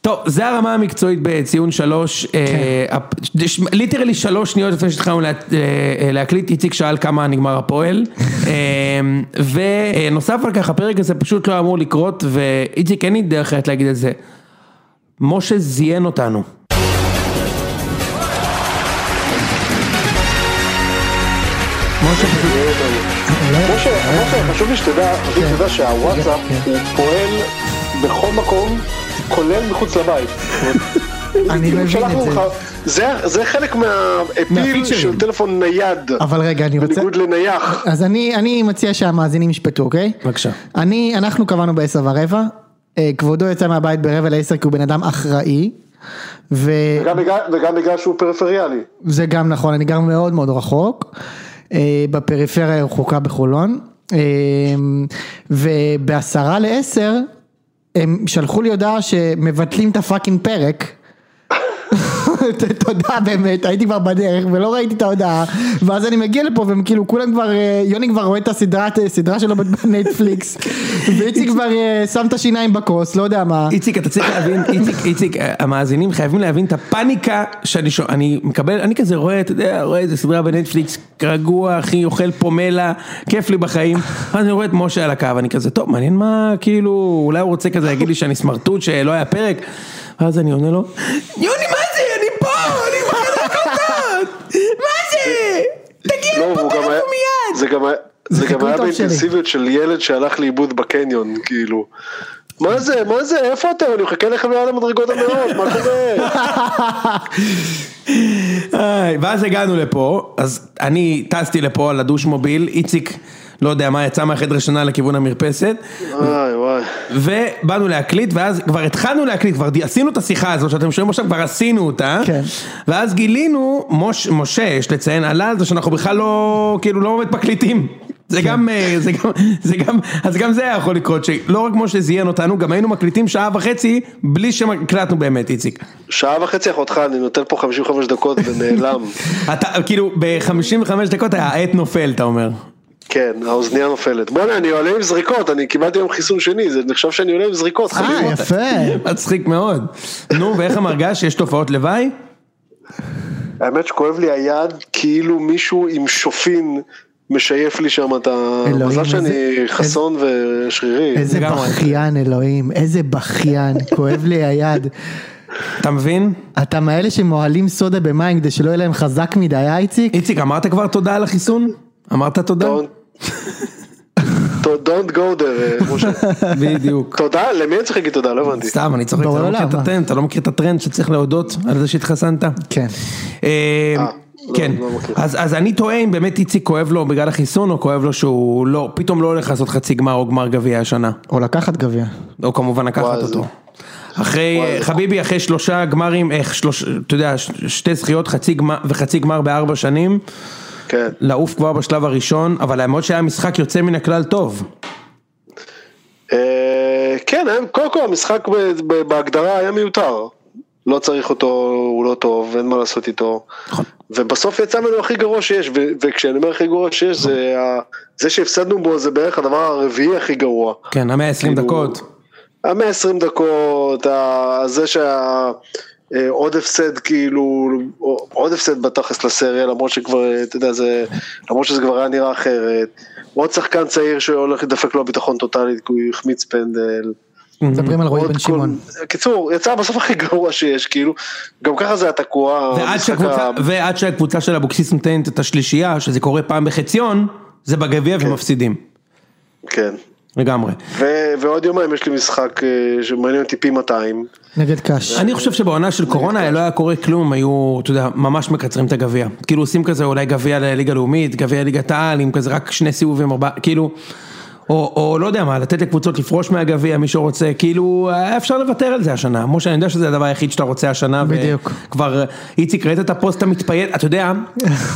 טוב, זה הרמה המקצועית בציון שלוש, אה, ליטרלי שלוש שניות לפני שהתחלנו אה, להקליט, איציק שאל כמה נגמר הפועל, אה, ונוסף על כך הפרק הזה פשוט לא אמור לקרות, ואיציק אין לי דרך אחרת להגיד את זה, משה זיין אותנו. משה פשוט... אה. משה, חשוב לי שתדע, חשוב לי כן. שתדע שהוואטסאפ הוא פועל בכל מקום, כולל מחוץ לבית. אני כאילו, מבין שלחנו את זה. לך- זה. זה חלק מהאפיל מהפיצ'רים. של טלפון נייד, אבל רגע, אני רוצה... בניגוד לנייח. אז אני, אני מציע שהמאזינים ישפטו, אוקיי? בבקשה. אני, אנחנו קבענו בעשר ורבע, אה, כבודו יצא מהבית ברבע לעשר כי הוא בן אדם אחראי, וזה גם בגלל- וגם בגלל שהוא פריפריאלי. גם נכון, אני גר מאוד מאוד רחוק, אה, בפריפריה הרחוקה בחולון, אה, ובעשרה לעשר הם שלחו לי הודעה שמבטלים את הפאקינג פרק. תודה באמת, הייתי כבר בדרך ולא ראיתי את ההודעה ואז אני מגיע לפה והם כאילו כולם כבר, אה, יוני כבר רואה את הסדרה סדרה שלו בנטפליקס ואיציק כבר אה, שם את השיניים בכוס, לא יודע מה. איציק, אתה צריך להבין, איציק, איציק, המאזינים חייבים להבין את הפאניקה שאני שומע, אני מקבל, אני כזה רואה, אתה יודע, רואה איזה סדרה בנטפליקס, רגוע, אחי, אוכל פומלה, כיף לי בחיים, ואז אני רואה את משה על הקו, אני כזה, טוב, מעניין מה, כאילו, אולי הוא רוצה כזה להגיד לי שאני סמרטוט, שלא היה פרק, ואז אני עונה לו, יוני, מה זה, אני פה, אני מחזק אותות, מה זה, תגיע לא, לפה והוא גם היה- תלכו מיד. זה גם היה- זה גם חיקוי היה טוב שלי. באינטנסיביות של ילד שהלך לאיבוד בקניון, כאילו. מה זה, מה זה, איפה אתם? אני מחכה לכם מעל המדרגות המאות, מה קורה? איי, ואז הגענו לפה, אז אני טסתי לפה על הדוש מוביל, איציק, לא יודע מה, יצא מהחדר שנה לכיוון המרפסת, וואי וואי. ובאנו להקליט, ואז כבר התחלנו להקליט, כבר די- עשינו את השיחה הזאת שאתם שומעים עכשיו, כבר עשינו אותה, כן. ואז גילינו, מוש, משה, יש לציין, עלה על זה שאנחנו בכלל לא, כאילו, לא באמת מקליטים. זה גם, אה, זה גם, זה גם, אז גם זה היה יכול לקרות, שלא רק משה זיין אותנו, גם היינו מקליטים שעה וחצי בלי שהקלטנו באמת, איציק. שעה וחצי אחותך, אני נותן פה 55 דקות ונעלם. אתה, כאילו, ב-55 דקות היה העט נופל, אתה אומר. כן, האוזנייה נופלת. בוא'נה, אני עולה עם זריקות, אני קיבלתי היום חיסון שני, זה נחשב שאני עולה עם זריקות, אה, חלילה. יפה. מצחיק מאוד. נו, ואיך המרגש? יש תופעות לוואי? האמת שכואב לי היד, כאילו מישהו עם שופין משייף לי שם את ה... אלוהים, מזל שאני איזה- חסון ושרירי. איזה לגמרי. בכיין אלוהים, איזה בכיין, כואב לי היד. אתה מבין? אתה מאלה שמוהלים סודה במים כדי שלא יהיה להם חזק מדי, אה איציק? איציק, אמרת כבר תודה על החיסון? אמרת תודה? Don't- Don't go there, אה, משה. בדיוק. תודה? למי אני צריך להגיד תודה? לא הבנתי. סתם, אני צוחק, אתה ברור לא מכיר את למה. הטרנד, אתה לא מכיר את הטרנד שצריך להודות על זה שהתחסנת? כן. אה, אה, לא, כן, לא מכיר. אז, אז אני תוהה אם באמת איציק כואב לו בגלל החיסון או כואב לו שהוא לא, פתאום לא הולך לעשות חצי גמר או גמר גביע השנה, או לקחת גביע. או כמובן לקחת וואי, זה- אותו. אחרי, וואי, זה- חביבי, אחרי שלושה גמרים, איך, שלוש, אתה יודע, ש- שתי זכיות חצי גמר, וחצי גמר בארבע שנים, כן. לעוף כבר בשלב הראשון, אבל למרות שהיה משחק יוצא מן הכלל טוב. אה, כן, היה- קודם כל המשחק ב- ב- בהגדרה היה מיותר. לא צריך אותו, הוא לא טוב, אין מה לעשות איתו. ובסוף יצא ממנו הכי גרוע שיש, ו- וכשאני אומר הכי גרוע שיש, זה, ה- זה שהפסדנו בו זה בערך הדבר הרביעי הכי גרוע. כן, המאה עשרים כאילו, דקות. המאה עשרים דקות, ה- זה שה... אה, עוד הפסד כאילו, עוד הפסד בתכלס לסריה למרות שכבר, אה, אתה יודע, זה, למרות שזה כבר היה נראה אחרת. עוד שחקן צעיר שהולך לדפק לו הביטחון טוטאלית כי הוא החמיץ פנדל. מדברים על רועי עוד בן כל- שמעון. קיצור, יצא בסוף הכי גרוע שיש, כאילו, גם ככה זה היה תקוע. ועד המשחק שהקבוצה- ה- ועד שהקבוצה של אבוקסיס נותנת את השלישייה, שזה קורה פעם בחציון, זה בגביע ומפסידים. כן. לגמרי. ו- ועוד יומיים יש לי משחק אה, שמעניין אותי פי 200. נגד קאש. אני חושב שבעונה של קורונה לא היה קורה כלום, היו, אתה יודע, ממש מקצרים את הגביע. כאילו עושים כזה אולי גביע לליגה לאומית, גביע ליגת העל, עם כזה רק שני סיבובים, ארבעה, כאילו, או, או לא יודע מה, לתת לקבוצות לפרוש מהגביע, מי שרוצה, כאילו, היה אפשר לוותר על זה השנה. משה, אני יודע שזה הדבר היחיד שאתה רוצה השנה. ו- בדיוק. כבר, איציק, ראית את הפוסט המתפייט, אתה יודע,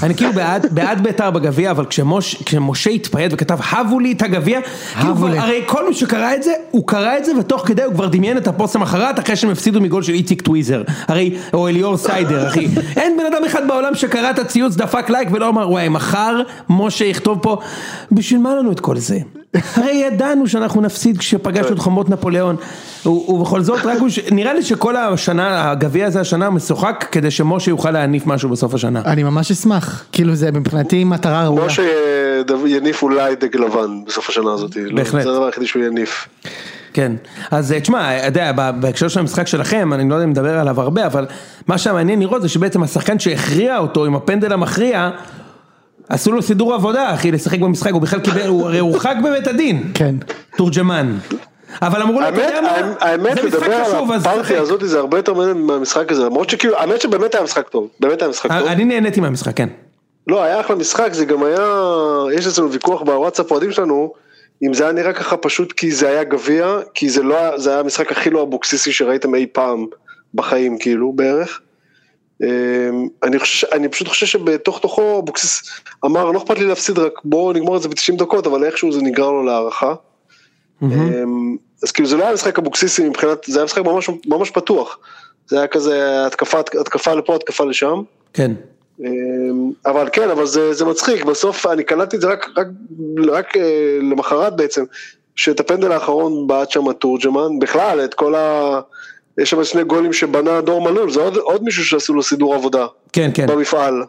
אני כאילו בעד, בעד בית"ר בגביע, אבל כשמוש, כשמשה התפייט וכתב, הבו לי את הגביע, כאילו הבו כבר, לי. הרי כל מי שקרא את זה, הוא קרא את זה, ותוך כדי הוא כבר דמיין את הפוסט למחרת, אחרי שהם הפסידו מגול של איציק טוויזר, הרי, או אליאור סיידר, אחי. אין בן אדם אחד בעולם שקרא את הציוץ, דפק לייק, ולא אמר, וואי, מחר משה יכתוב פה, בשביל מה לנו את כל זה? הרי ידענו שאנחנו נפסיד כשפגשנו את חומות נפוליאון, ו- ובכל זאת רק הוא, ש- נראה לי שכל השנה, הגביע הזה השנה משוחק כדי שמשה יוכל להניף משהו בסוף השנה. אני ממש אשמח, כאילו זה מבחינתי מטרה אוקיי. ראויה. משה דו- יניף אולי דג לבן בסוף השנה הזאת. לא, בהחלט. זה הדבר היחידי שהוא יניף. כן, אז אה, תשמע, אתה יודע, ב- בהקשר של המשחק שלכם, אני לא יודע אם נדבר עליו הרבה, אבל מה שמעניין לראות זה שבעצם השחקן שהכריע אותו עם הפנדל המכריע, עשו לו סידור עבודה, אחי, לשחק במשחק, הוא בכלל קיבל, הוא הרי הורחק בבית הדין, כן. תורג'מן. אבל אמרו לו, אתה האמת, יודע מה, האמת- האמת, זה משחק לדבר חשוב, על אז הפרטי תשחק. הזאת זה הרבה יותר מעניין מהמשחק הזה, למרות שכאילו, האמת שבאמת היה משחק טוב, באמת היה משחק טוב. אה, אני נהניתי מהמשחק, כן. לא, היה אחלה משחק, זה גם היה, יש אצלנו ויכוח בוואטסאפ אוהדים שלנו, אם זה היה נראה ככה פשוט כי זה היה גביע, כי זה לא, היה- זה היה המשחק הכי לא אבוקסיסי שראיתם אי פעם בחיים, כאילו, בערך. אמ, אני, חושב, ש- אני פשוט חושב שבתוך תוכו אבוקסיס אמר, לא אכפת לי להפסיד, רק בואו נגמור את זה ב-90 דקות, אבל איכשהו זה נגרר לו להערכה. אמ, אז כאילו זה לא היה משחק אבוקסיסי מבחינת, זה היה משחק ממש, ממש פתוח. זה היה כזה התקפה, התקפה לפה, התקפה לשם. כן. אמ, אבל כן, אבל זה, זה מצחיק, בסוף אני קלטתי את זה רק, רק, רק אה, למחרת בעצם, שאת הפנדל האחרון בעט שם תורג'מן, בכלל, את כל ה... יש שם שני גולים שבנה דור מלול, זה עוד, עוד מישהו שעשו לו סידור עבודה כן, כן. במפעל.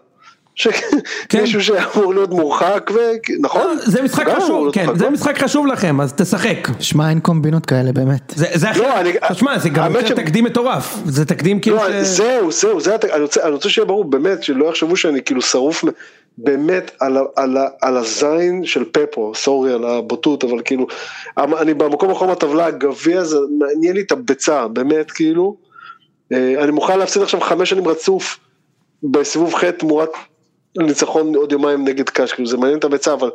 ש... כן. אה, כן. מישהו שאמור להיות מורחק, ו... נכון? זה משחק גם אמור חשוב, להיות כן, מורחק, זה לא? משחק חשוב לכם, אז תשחק. שמע, אין קומבינות כאלה באמת. זה זה הכי, לא, אני- תשמע, זה גם האמת ש- יותר תקדים מטורף, זה תקדים כאילו, לא, ש- זהו, זהו, זה, הת- אני, רוצה, אני רוצה שיהיה ברור, באמת, שלא יחשבו שאני כאילו שרוף מ- באמת על, ה- על, ה- על הזין של פפו, סורי על הבוטות, אבל כאילו, המ- אני במקום האחרון בטבלה, הגביע זה מעניין לי את הביצה, באמת, כאילו, אה, אני מוכן להפסיד עכשיו חמש שנים רצוף בסיבוב ח' תמורת ניצחון עוד יומיים נגד קאש, כאילו, זה מעניין את הביצה, אבל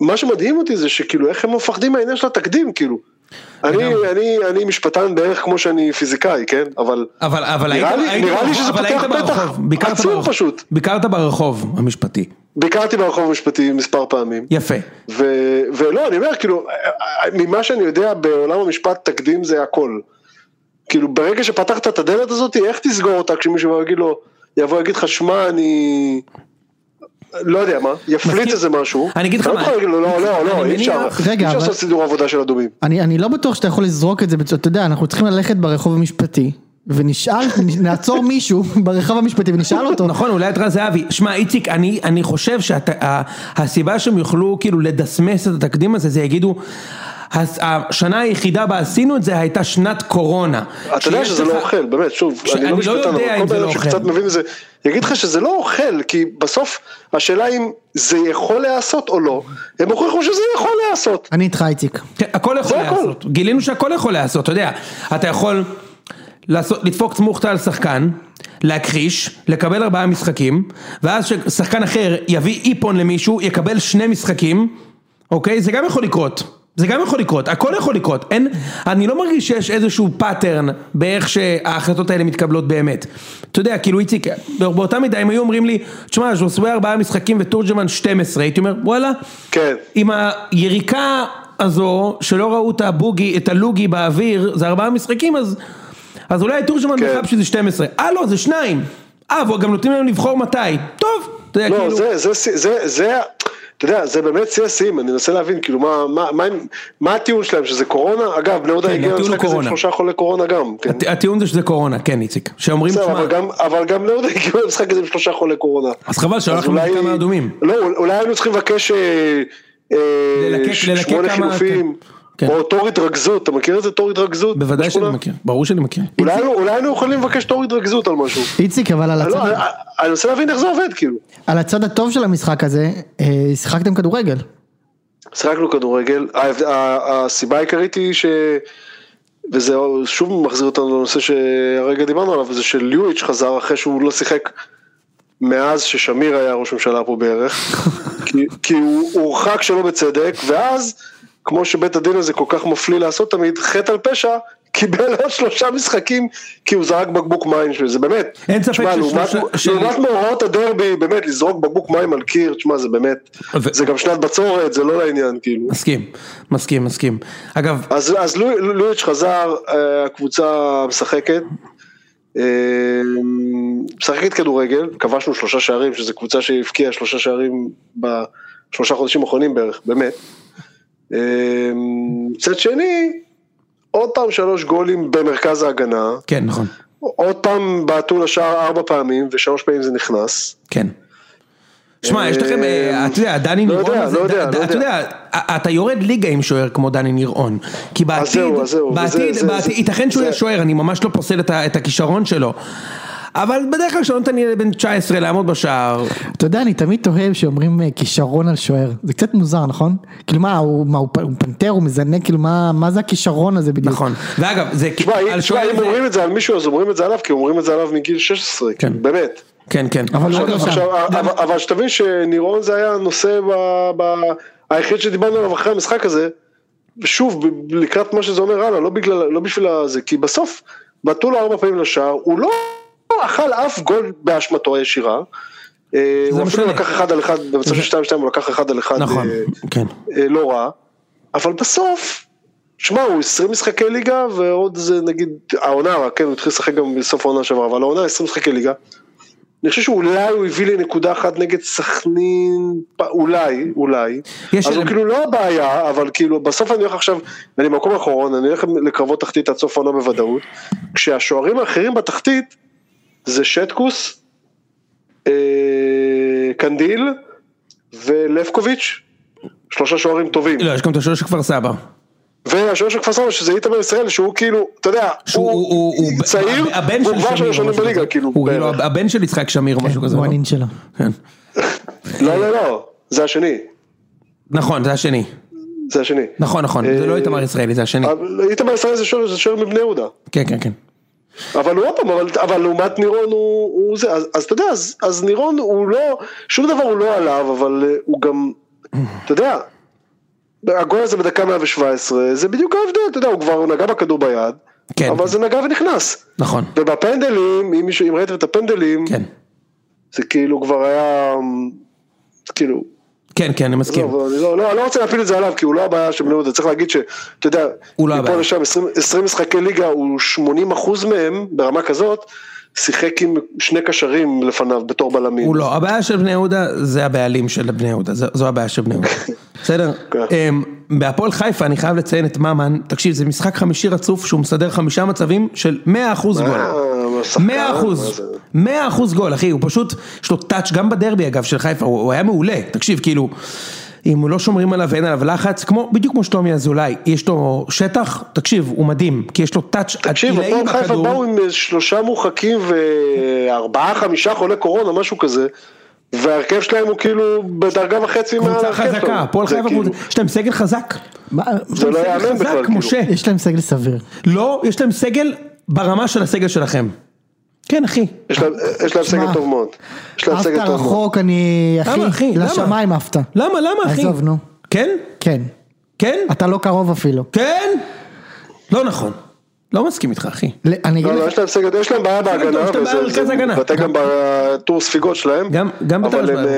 מה שמדהים אותי זה שכאילו, איך הם מפחדים מהעניין של התקדים, כאילו. אני, אני, אני משפטן בערך כמו שאני פיזיקאי, כן? אבל... אבל אבל נראה היית- לי- היית נראה לי ברחוב, שזה אבל פותח היית פתח ברחוב, ביקרת עצום ברחוב. פשוט. ביקרת ברחוב המשפטי, ביקרתי ברחוב המשפטי מספר פעמים, יפה. ו, ולא, אני אומר, כאילו, ממה שאני יודע בעולם המשפט תקדים זה הכל. כאילו, ברגע שפתחת את הדלת הזאת, איך תסגור אותה כשמישהו יבוא ויגיד לו, יבוא ויגיד לך, שמע, אני... לא יודע מה, יפליץ מסכים. איזה משהו. אני אגיד לך אתה מה, לא, יכול להגיד לו, לא, לא, לא, אני אי אפשר, מניח- אי רגע, אפשר אבל- לעשות סידור עבודה של אדומים. אני, אני לא בטוח שאתה יכול לזרוק את זה, בצורה- אתה יודע, אנחנו צריכים ללכת ברחוב המשפטי, ונשאל, נעצור מישהו ברחוב המשפטי ונשאל אותו. נכון, אולי את רז זהבי. שמע, איציק, אני, אני חושב שהסיבה שהם יוכלו כאילו לדסמס את התקדים הזה, זה יגידו, "הס- השנה היחידה בה עשינו את זה הייתה שנת קורונה. אתה יודע שיש שזה לך- לא אוכל, באמת, שוב, כש- אני לא משפטן, יודע אבל אם כל זה בן לא אדם שקצת אוכל. מבין את זה, יגיד לך שזה לא אוכל, כי בסוף השאלה אם זה יכול להיעשות או לא, הם הוכיחו שזה יכול להיעשות. אני איתך איציק. כן, הכל יכול זה הכל. להיעשות, גילינו שהכל יכול להיעשות, אתה יודע, אתה יכול לעשות, לדפוק צמוחתה על שחקן, להכחיש, לקבל ארבעה משחקים, ואז ששחקן אחר יביא איפון למישהו, יקבל שני משחקים, אוקיי? זה גם יכול לקרות. זה גם יכול לקרות, הכל יכול לקרות, אין, אני לא מרגיש שיש איזשהו פאטרן באיך שההחלטות האלה מתקבלות באמת. אתה יודע, כאילו איציק, באותה מידה אם היו אומרים לי, תשמע, ז'וסווה ארבעה משחקים ותורג'מן 12, הייתי אומר, וואלה, כן. עם היריקה הזו, שלא ראו את הבוגי, את הלוגי באוויר, זה ארבעה משחקים, אז, אז אולי תורג'מן כן. כן. מחפשי זה 12. אה לא, זה שניים. אה, אבל גם נותנים להם לבחור מתי. טוב, אתה יודע, לא, כאילו... זה, זה, זה, זה, זה, אתה יודע, זה באמת שיא השיאים, אני מנסה להבין, כאילו, מה, מה, מה, הם- מה הטיעון שלהם, שזה קורונה? אגב, בני יהודה כן, הגיע הטיעון הוא למשחק הזה עם קורונה. שלושה חולי קורונה גם, כן. הט- הטיעון זה שזה קורונה, כן איציק. שאומרים, בסדר, תשמע, אבל גם- אבל גם בני יהודה הגיעו למשחק הזה עם שלושה חולי קורונה. אז חבל שלא אז הלכנו אולי- לכמה אדומים. לא, אול- אולי היינו צריכים לבקש אה, אה, ללקק- ש- ללקק שמונה כמה- חילופים, כן, כן. או תור התרכזות, אתה מכיר את זה תור התרכזות? בוודאי שאני בשכונה? מכיר, ברור שאני מכיר. אולי היינו- אולי היינו יכולים לבקש תור התרכזות על משהו. איציק, אבל על לא, הצד, אני- אני רוצה להבין איך זה עובד, כאילו. על הצד הטוב של המשחק הזה, אה, שיחקתם כדורגל. שיחקנו כדורגל, ההבד- ה- הסיבה העיקרית היא ש... וזה שוב מחזיר אותנו לנושא שהרגע דיברנו עליו, זה שליואיץ' חזר אחרי שהוא לא שיחק מאז ששמיר היה ראש ממשלה פה בערך, כי, כי הוא הוא הורחק שלא בצדק, ואז, כמו שבית הדין הזה כל כך מפליא לעשות תמיד, חטא על פשע, קיבל עוד שלושה משחקים כי הוא זרק בקבוק מים שלו, זה באמת, אין ספק תשמע, לעומת, ששלושה- של- לעומת מאורעות הדרבי, באמת, לזרוק בקבוק מים על קיר, תשמע, זה באמת, ו- זה גם שנת בצורת, זה לא לעניין, כאילו. מסכים, מסכים, מסכים. אגב, אז, אז לו- לואיץ' חזר, אה, הקבוצה משחקת, אה, משחקת כדורגל, כבשנו שלושה שערים, שזו קבוצה שהבקיעה שלושה שערים בשלושה חודשים האחרונים בערך, באמת. אה, מצד שני, עוד פעם שלוש גולים במרכז ההגנה, כן, נכון. עוד פעם בעטו לשער ארבע פעמים ושלוש פעמים זה נכנס. כן. שמע, יש לכם, אה, אתה יודע, דני לא נירון יודע, הזה, לא יודע, ד- לא אתה יודע, א- אתה יורד ליגה עם שוער כמו דני נירון. כי בעתיד, זהו, אז זהו, בעתיד, וזה- זה- בעתיד- זה- ייתכן שהוא זה- יהיה שוער, אני ממש לא פוסל את ה- את הכישרון שלו. אבל בדרך כלל כשאתה נותן ילד בן 19 לעמוד בשער, אתה יודע, אני תמיד תוהה שאומרים אה, כישרון על שוער, זה קצת מוזר, נכון? כאילו מה, הוא מה, הוא פ- הוא פנתר, הוא מזנק, כאילו מה מה זה הכישרון הזה בדיוק? נכון. ואגב, זה תשמע, על אם- תשמע, שוער אם זה- אומרים את זה על מישהו אז אומרים את זה עליו כי אומרים את זה עליו מגיל 16, כן. באמת. כן, כן. אבל הוא עוד לא עכשיו, שם. עכשיו, אה, אבל- אבל שתבין שנירון זה היה הנושא ב, ב, היחיד שדיברנו עליו אחרי המשחק הזה, שוב ב- לקראת מה שזה אומר הלאה, לא, בגלל, לא בשביל זה, כי בסוף בעטו לו ארבע פעמים לשער, הוא לא אכל אף גול באשמתו הישירה, אה, הוא אפילו משנה. לקח אחד על אחד, במצב של שתיים שתיים הוא לקח אחד על אחד, נכון, אה, כן. אה, לא רע, אבל בסוף, שמע, הוא 20 משחקי ליגה, ועוד זה נגיד, העונה, כן, הוא התחיל לשחק גם בסוף העונה שעברה, אבל העונה 20 משחקי ליגה. אני חושב שאולי הוא הביא לי נקודה אחת נגד סכנין, פ- אולי, אולי. יש אז הוא אלמנ- כאילו לא הבעיה, אבל כאילו, בסוף אני הולך עכשיו, אני במקום האחרון, אני הולך לקרבות תחתית עד סוף העונה בוודאות, כשהשוערים האחרים בתחתית, זה שטקוס, אה, קנדיל ולבקוביץ', שלושה שוערים טובים. לא, יש גם את השוער של כפר סבא. והשוער של כפר סבא שזה איתמר ישראל שהוא כאילו אתה יודע שהוא- הוא- הוא- הוא- צעיר הבן הוא של כבר שמיר או שלוש שנים משהו בליגה כזה. כאילו הוא כאילו בערך. הבן של יצחק שמיר או משהו כזה. כן, הוא לא? הנין שלו. כן. לא לא לא זה השני נכון, זה השני. זה השני נכון, נכון. זה לא איתמר ישראלי, זה השני. אבל איתמר ישראל זה שוער זה שוער מבני יהודה כן, כן, כן. אבל הוא עוד פעם אבל- אבל לעומת נירון הוא הוא זה אז אז אתה יודע אז- אז נירון הוא לא שום דבר הוא לא עליו אבל אה, הוא גם אתה יודע הגול הזה בדקה 117 זה בדיוק ההבדל אתה יודע הוא כבר נגע בכדור ביד כן, אבל זה נגע ונכנס נכון. ובפנדלים אם מישהו- אם ראיתם את הפנדלים כן. זה כאילו כבר היה, אמ, כאילו, כן, כן, אני מסכים. עזוב, אני לא, לא, אני לא רוצה להפיל את זה עליו, כי הוא לא הבעיה של בני יהודה, צריך להגיד שאתה יודע, הוא לא הבעיה. מפה לשם 20, 20 משחקי ליגה, הוא 80 אחוז מהם, ברמה כזאת, שיחק עם שני קשרים לפניו בתור בלמים. הוא לא, הבעיה של בני יהודה זה הבעלים של בני יהודה, זו, זו הבעיה של בני יהודה, בסדר? כן. אמ, בהפועל חיפה אני חייב לציין את ממן, תקשיב זה משחק חמישי רצוף שהוא מסדר חמישה מצבים של 100% גול. אבל שחקן, 100 אה, מה אחוז, זה? 100 אחוז גול אחי, הוא פשוט, יש לו טאץ' גם בדרבי אגב של חיפה, הוא, הוא היה מעולה, תקשיב כאילו, אם לא שומרים עליו ואין עליו לחץ, כמו, בדיוק כמו שלומי אזולאי, יש לו שטח, תקשיב, הוא מדהים, כי יש לו טאץ' תקשיב, עילאי הפועל חיפה בכדור. באו עם שלושה מורחקים וארבעה, חמישה חולי קורונה, משהו כזה. וההרכב שלהם הוא כאילו בדרגה וחצי מעל קבוצה ההרכב. חזקה, הפועל זה חיפה, כאילו- קבוצה- יש להם סגל חזק, מה- זה לא סגל יאמן בכלל. חזק, כאילו. משה. יש להם סגל סביר. לא, יש להם סגל ברמה של הסגל שלכם. כן, אחי. יש להם- יש להם שמע, סגל טוב מאוד. יש להם עפת סגל טוב מאוד. רחוק, אני למה, אחי? אחי, למה? לשמיים עפת. למה, למה, אחי? עזוב, נו. כן? כן, כן? אתה לא קרוב אפילו. כן? לא נכון. לא מסכים איתך, אחי. ל- אני אגיד לא, לא, לך, יש להם סגל, יש להם בעיה בהגנה, יש להם בעיה וזה- במרכז זה ההגנה. מתבטא גם בטור ספיגות שלהם, גם- גם אבל בטרנס הם, בעיה.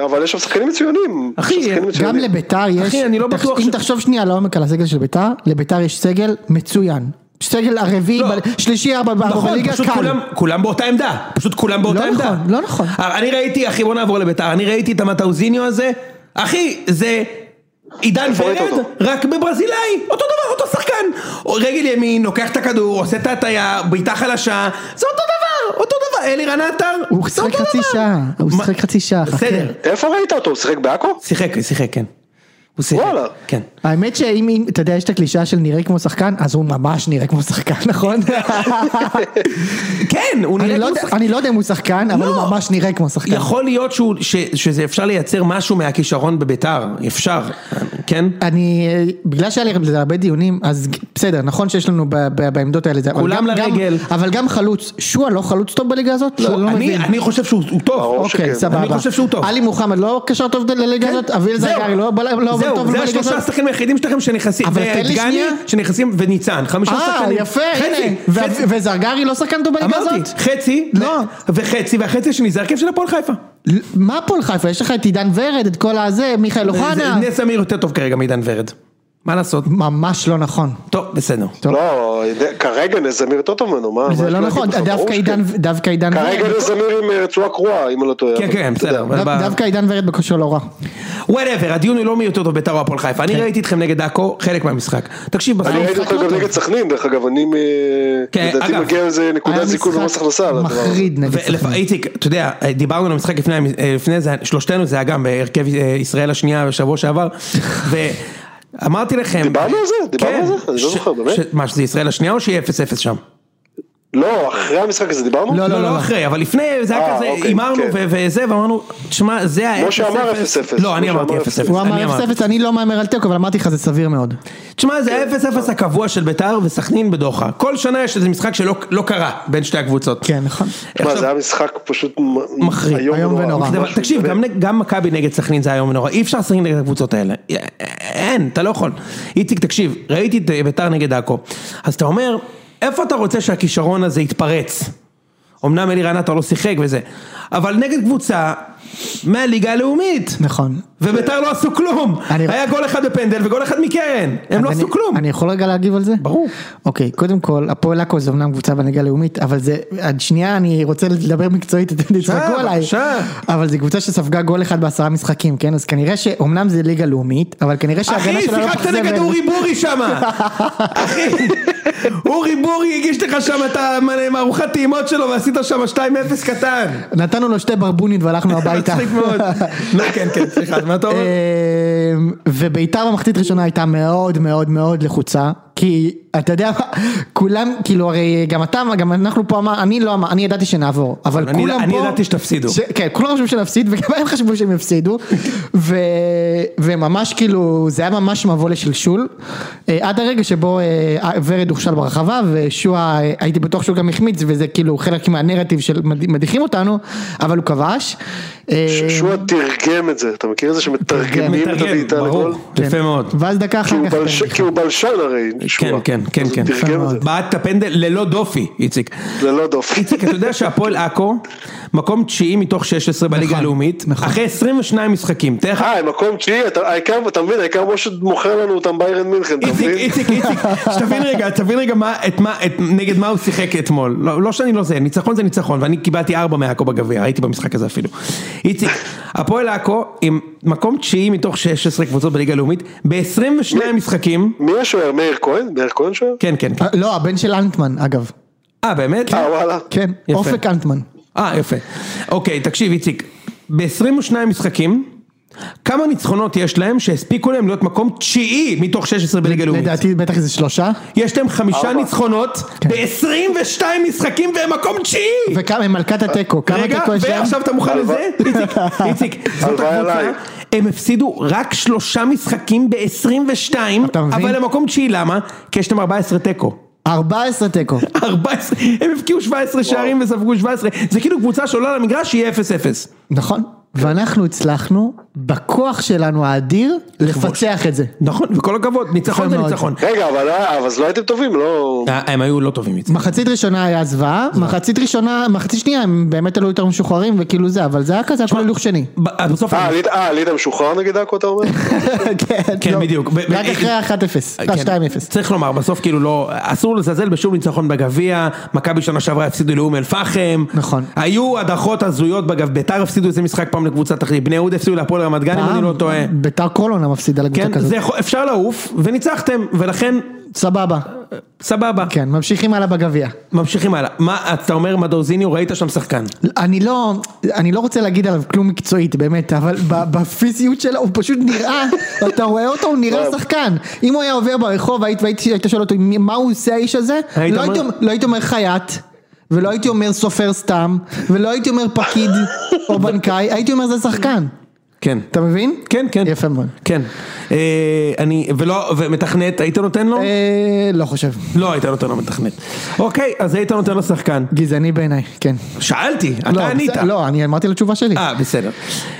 אה, אבל יש שם שחקנים מצוינים, אחי, יש שם שחקנים גם גם מצוינים. לביתר יש, אחי, אני לא תח- בטוח אם ש- תחשוב שנייה לעומק על הסגל של ביתר, לביתר יש סגל מצוין. סגל הרביעי, לא. ב- שלישי ארבע בארבע נכון, אה, בליגה, פשוט קל. כולם, כולם באותה עמדה, פשוט כולם באותה לא עמדה. נכון, לא נכון. אה, אני ראיתי, אחי, בוא נעבור לביתר, אני ראיתי את המטאוזיניו הזה, אחי, זה עידן איפה ראית ורד, אותו? רק בברזילאי, אותו דבר, אותו שחקן. רגל ימין, לוקח את הכדור, עושה את ההטייה, בעיטה חלשה, זה אותו דבר, אותו דבר, אלירן עטר, הוא זה שיחק אותו חצי דבר. שעה, הוא מה- שיחק חצי שעה. כן. חכה. בסדר, איפה ראית אותו? הוא שיחק בעכו? שיחק, שיחק, כן. הוא שיחק. וואלה. כן. האמת שאם, אם- אתה יודע, יש את הקלישאה של נראה כמו שחקן, אז הוא ממש נראה כמו שחקן, נכון? כן, הוא נראה אני לא כמו יודע- שחקן. אני לא יודע אם הוא שחקן, אבל לא. הוא ממש נראה כמו שחקן. יכול להיות שהוא- ש- שזה אפשר לייצר משהו מהכישרון בביתר, אפשר, כן? אני, בגלל שהיה לי על זה הרבה דיונים, אז בסדר, נכון שיש לנו ב- ב- בעמדות האלה, זה, אבל כולם גם- גם- לרגל. אבל גם חלוץ, שועה לא חלוץ טוב בליגה הזאת? לא, לא אני- מבין. אני חושב שהוא הוא טוב. ברור. אוקיי, שכן. סבבה. אני חושב שהוא טוב. כן. עלי מוחמד לא קשר טוב לליגה הזאת, אביל זגרי לא בל- לא עובד זהו, טוב זה בליגה השלושה הזאת. השחקנים היחידים שלכם שנכנסים, אבל תן לי ודגני שנייה. שנכנסים וניצן, חמישה אה, שחקנים. יפה, הנה. חצי, ו- חצי. ו- וזרגרי לא שחקן טוב בליגה הזאת? אמרתי, חצי, לא. ו- וחצי, והחצי השני זה הרכב של הפועל חיפה. ל- מה הפועל חיפה? יש לך את עידן ורד, את כל הזה, מיכאל זה- אוחנה? נס אמיר יותר טוב כרגע מעידן ורד. מה לעשות? ממש לא נכון. טוב, בסדר. טוב. לא, יודע- כרגע נזמיר יותר טוב ממנו, מה? זה מה יש לא להגיד נכון, לך? ברור דווקא עידן, שכן. דווקא עידן כרגע ורד, נזמיר עם אה, רצועה קרועה, אם אני לא טועה. כן, אבל כן, אתה יודע. בסדר. אבל דו- ב- דווקא עידן ורד בכושר לא רע. וואטאבר, הדיון הוא לא מי יותר טוב ביתר או הפועל חיפה, אני ראיתי אתכם נגד עכו, חלק מהמשחק. תקשיב, בסוף, כן. אני ראיתי אותך משחק לא גם טוב. נגד סכנין, דרך אגב, אני מ- כן, לדעתי אגב, מגיע איזה נקודת זיכוי במס הכנסה על הדבר הזה. מחריד נגד ולפ- סכנין. איציק, אתה יודע, דיברנו על המשחק לפני, אה, לפני זה, שלושתנו זה היה גם בהרכב אה, ישראל השנייה בשבוע שעבר, ואמרתי לכם... דיברנו על זה? דיברנו כן, על זה? אני לא ש- זוכר, באמת? ש- מה, שזה ישראל השנייה או שיהיה 0-0 שם? לא, אחרי המשחק הזה דיברנו? לא, לא, לא אחרי, אבל לפני זה היה אה, כזה, אוקיי, הימרנו כן. ו- וזה, ואמרנו, תשמע, זה ה-0-0. משה אמר 0-0. לא, אני משה אמרתי אמר 0-0. הוא אני אמר אמרתי. 0-0, אני לא מהמר על תיקו, אבל אמרתי לך זה סביר מאוד. תשמע, זה כן. אה. ה-0-0 הקבוע של ביתר וסכנין בדוחה. כל שנה יש איזה משחק שלא לא קרה בין שתי הקבוצות. כן, נכון. מה, עכשיו- זה היה משחק פשוט מ- מחריד. איום ונורא. זה דבר- משהו תקשיב, באמת. גם נג- גם מכבי נגד סכנין זה היום נורא, אי אפשר לשחק נגד הקבוצות האלה. א- אין, אתה לא יכול. איציק, תקשיב, ראיתי את אה, ביתר נגד עכו. אז אתה אומר, איפה אתה רוצה שהכישרון הזה יתפרץ? אמנם אלירן עטר לא שיחק וזה, אבל נגד קבוצה מהליגה הלאומית. נכון. וביתר לא עשו כלום. אני- היה גול אחד בפנדל וגול אחד מקרן. הם לא אז עשו אני- כלום. אני יכול רגע להגיב על זה? ברור. אוקיי, קודם כל, הפועל עכו זה אמנם קבוצה בליגה הלאומית, אבל זה, עד שנייה אני רוצה לדבר מקצועית, אתם תצחקו עליי. בבקשה. אבל זו קבוצה שספגה גול אחד בעשרה משחקים, כן? אז כנראה שאומנם זה ליגה לאומית, אבל כנראה שההגנה אחי, שלה לא שיחקת מתאכזבת. נגד אורי בורי שמה! אחי, אורי בורי הגיש לך שם את הארוחת טעימות שלו ועשית שם 2-0 קטן. נתנו לו שתי ברבונית והלכנו הביתה. מצחיק מאוד. לא, כן, כן, סליחה, אז מה אתה אה, אומר? אמ, וביתר במחצית הראשונה הייתה מאוד מאוד מאוד לחוצה, כי אתה יודע מה, כולם, כאילו הרי גם אתה, גם אנחנו פה אמר, אני לא אמר, אני ידעתי שנעבור, אבל אני- כולם פה, אני ידעתי שתפסידו. ש- כן, כולם חשבו שנפסיד, וגם הם חשבו שהם יפסידו, ו- וממש כאילו, זה היה ממש מבוא לשלשול, אה, עד הרגע שבו אה, ורד הוכשל ברחבה, ושועה, אה, הייתי בטוח שהוא גם החמיץ, וזה כאילו חלק מהנרטיב של מד- מדיחים אותנו, אבל הוא כבש. אה, ש- שועה תרגם את זה, אתה מכיר את זה שמתרגמים את מתרגם, הבעיטה לגול? ברור, יפה מאוד. כן. ואז דקה אחר כי הוא כך... בלש- כי הוא בלשן הרי, כן, שועה. כן, כן, אז הוא כן. תרגם את זה, לא בעט את הפנדל ללא דופי, איציק. ללא דופי. איציק, אתה יודע שהפועל עכו, מקום תשיעי מתוך 16 בליגה נכון, הלאומית, נכון. אחרי 22 משחקים. תאר לך אה, הם מקום תשיעי, אתה- העיקר, אתה מבין, העיקר משה מוכר לנו אותם ביירן מינכן, אתה איציק, מבין? איציק, איציק, שתבין רגע, תבין רגע מה, את מה, את, נגד מה הוא שיחק אתמול. לא, לא שאני לא זה, ניצחון זה ניצחון, ואני קיבלתי ארבע מעכו בגביע, הייתי במשחק הזה אפילו. איציק, הפועל עכו עם מקום תשיעי מתוך 16 קבוצות בליגה הלאומית, ב-22 משחקים, מי השוער? מאיר כהן? מאיר כהן שוער? כן, כן, כן. אה, לא, הבן של אנטמן, אגב. אה, באמת? אה, וואלה. כן, יפה. אופק אנטמן. אה, יפה. אוקיי, תקשיב, איציק, ב-22 משחקים, כמה ניצחונות יש להם שהספיקו להם להיות מקום תשיעי מתוך 16 בליגה הלאומית? לדעתי בטח זה שלושה. יש להם חמישה ארבע. ניצחונות ב-22 משחקים והם מקום תשיעי! וכמה הם מלכת התיקו, כמה רגע, תיקו יש להם? ועכשיו אתה מוכן לזה? הלוואי. איציק, איציק, זאת הלוואי הקבוצה, עליי. הם הפסידו רק שלושה משחקים ב-22, אתה מבין? אבל למקום תשיעי, למה? כי יש להם 14 תיקו. 14 תיקו. 14, הם הבקיעו 17 שערים וספגו 17, זה כאילו קבוצה שעולה למגרש שיהיה 0-0. נכון. ואנחנו הצלחנו, בכוח שלנו האדיר, לפצח את זה. נכון, וכל הכבוד, ניצחון יפה זה נכון מאוד. ניצחון. רגע, אבל אה, אבל אז לא הייתם טובים, לא... אה, הם היו לא טובים איציק. מחצית ראשונה היה זוועה, מחצית ראשונה, מחצית שנייה הם באמת עלו יותר משוחררים וכאילו זה, אבל זה היה כזה הכל הילוך שני. ב- בסוף, אה, עלית- אה, עלית משוחרר נגד עכו, אתה אומר? כן, לא. בדיוק. ב- ב- רק אחרי אה, ה-1-0, כן. ה-2-0. צריך לומר, בסוף כאילו לא, אסור לזלזל בשום ניצחון בגביע, מכבי שנה שעברה הפסידו לאום אל פחם. נכון. היו הדחות הזויות בגב, ביתר הפסידו איזה משחק פעם לקבוצת תחתית, בני יהודה הפסידו להפועל רמת גן אם אני לא טועה. ביתר כל עונה מפסידה לקבוצה כן, כזאת. זה יכול- אפשר לעוף, וניצחתם, ולכן סבבה. סבבה. כן, ממשיכים הלאה בגביע. ממשיכים הלאה. מה, אתה אומר מדאוזיניו, ראית שם שחקן. אני לא, אני לא רוצה להגיד עליו כלום מקצועית באמת, אבל ב- בפיזיות שלו הוא פשוט נראה, אתה רואה אותו, הוא נראה שחקן. אם הוא היה עובר ברחוב היית, והיית, היית שואל אותו "מי- מה הוא עושה האיש הזה, היית לא, אומר- הייתי, אומר- לא הייתי אומר חייט, ולא הייתי אומר סופר סתם, ולא הייתי אומר פקיד או בנקאי, הייתי אומר זה שחקן. כן. אתה מבין? כן, כן. יפה מאוד. כן. אה, אני, ולא, ומתכנת, היית נותן לו? אה, לא חושב. לא היית נותן לו מתכנת. אוקיי, אז היית נותן לו שחקן. גזעני בעיניי, כן. שאלתי, לא, אתה ענית. בסדר, לא, אני אמרתי לו תשובה שלי. אה, בסדר.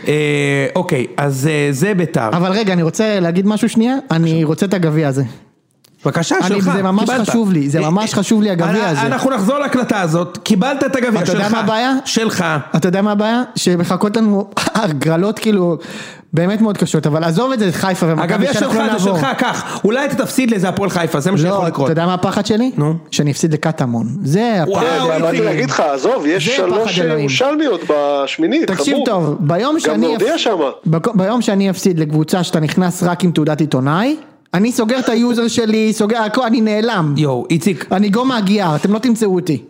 אה, אוקיי, אז אה, זה ביתר. אבל רגע, אני רוצה להגיד משהו שנייה, אני רוצה את הגביע הזה. בבקשה אני- שלך, זה ממש קיבלת. חשוב לי, זה אה, ממש אה, חשוב לי הגביע אנ- הזה. אנחנו נחזור להקלטה הזאת, קיבלת את הגביע שלך. אתה יודע מה הבעיה? שלך. אתה יודע מה הבעיה? שמחכות לנו הגרלות כאילו באמת מאוד קשות, אבל עזוב את זה, חיפה ומכבי, הגביע שאנחנו שלך לא זה נעבור. שלך, קח. אולי אתה תפסיד לאיזה הפועל חיפה, זה מה שיכול לא, לקרות. אתה יודע מה הפחד שלי? נו. שאני אפסיד לקטמון. זה הפחד. וואו, כן, באתי איציק. להגיד לך, עזוב, יש זה שלוש פחד אלוהים. ירושלמיות בשמינית, תקשיב חמור. טוב, ביום שאני... נורדיה שמה. בק- ביום שאני אפסיד לקבוצה שאתה נכנס רק עם תעודת עיתונאי, אני סוגר את היוזר שלי, סוגר הכל, אני נעלם. יואו, איציק, אני גומה הגיעה, אתם לא תמצאו אותי.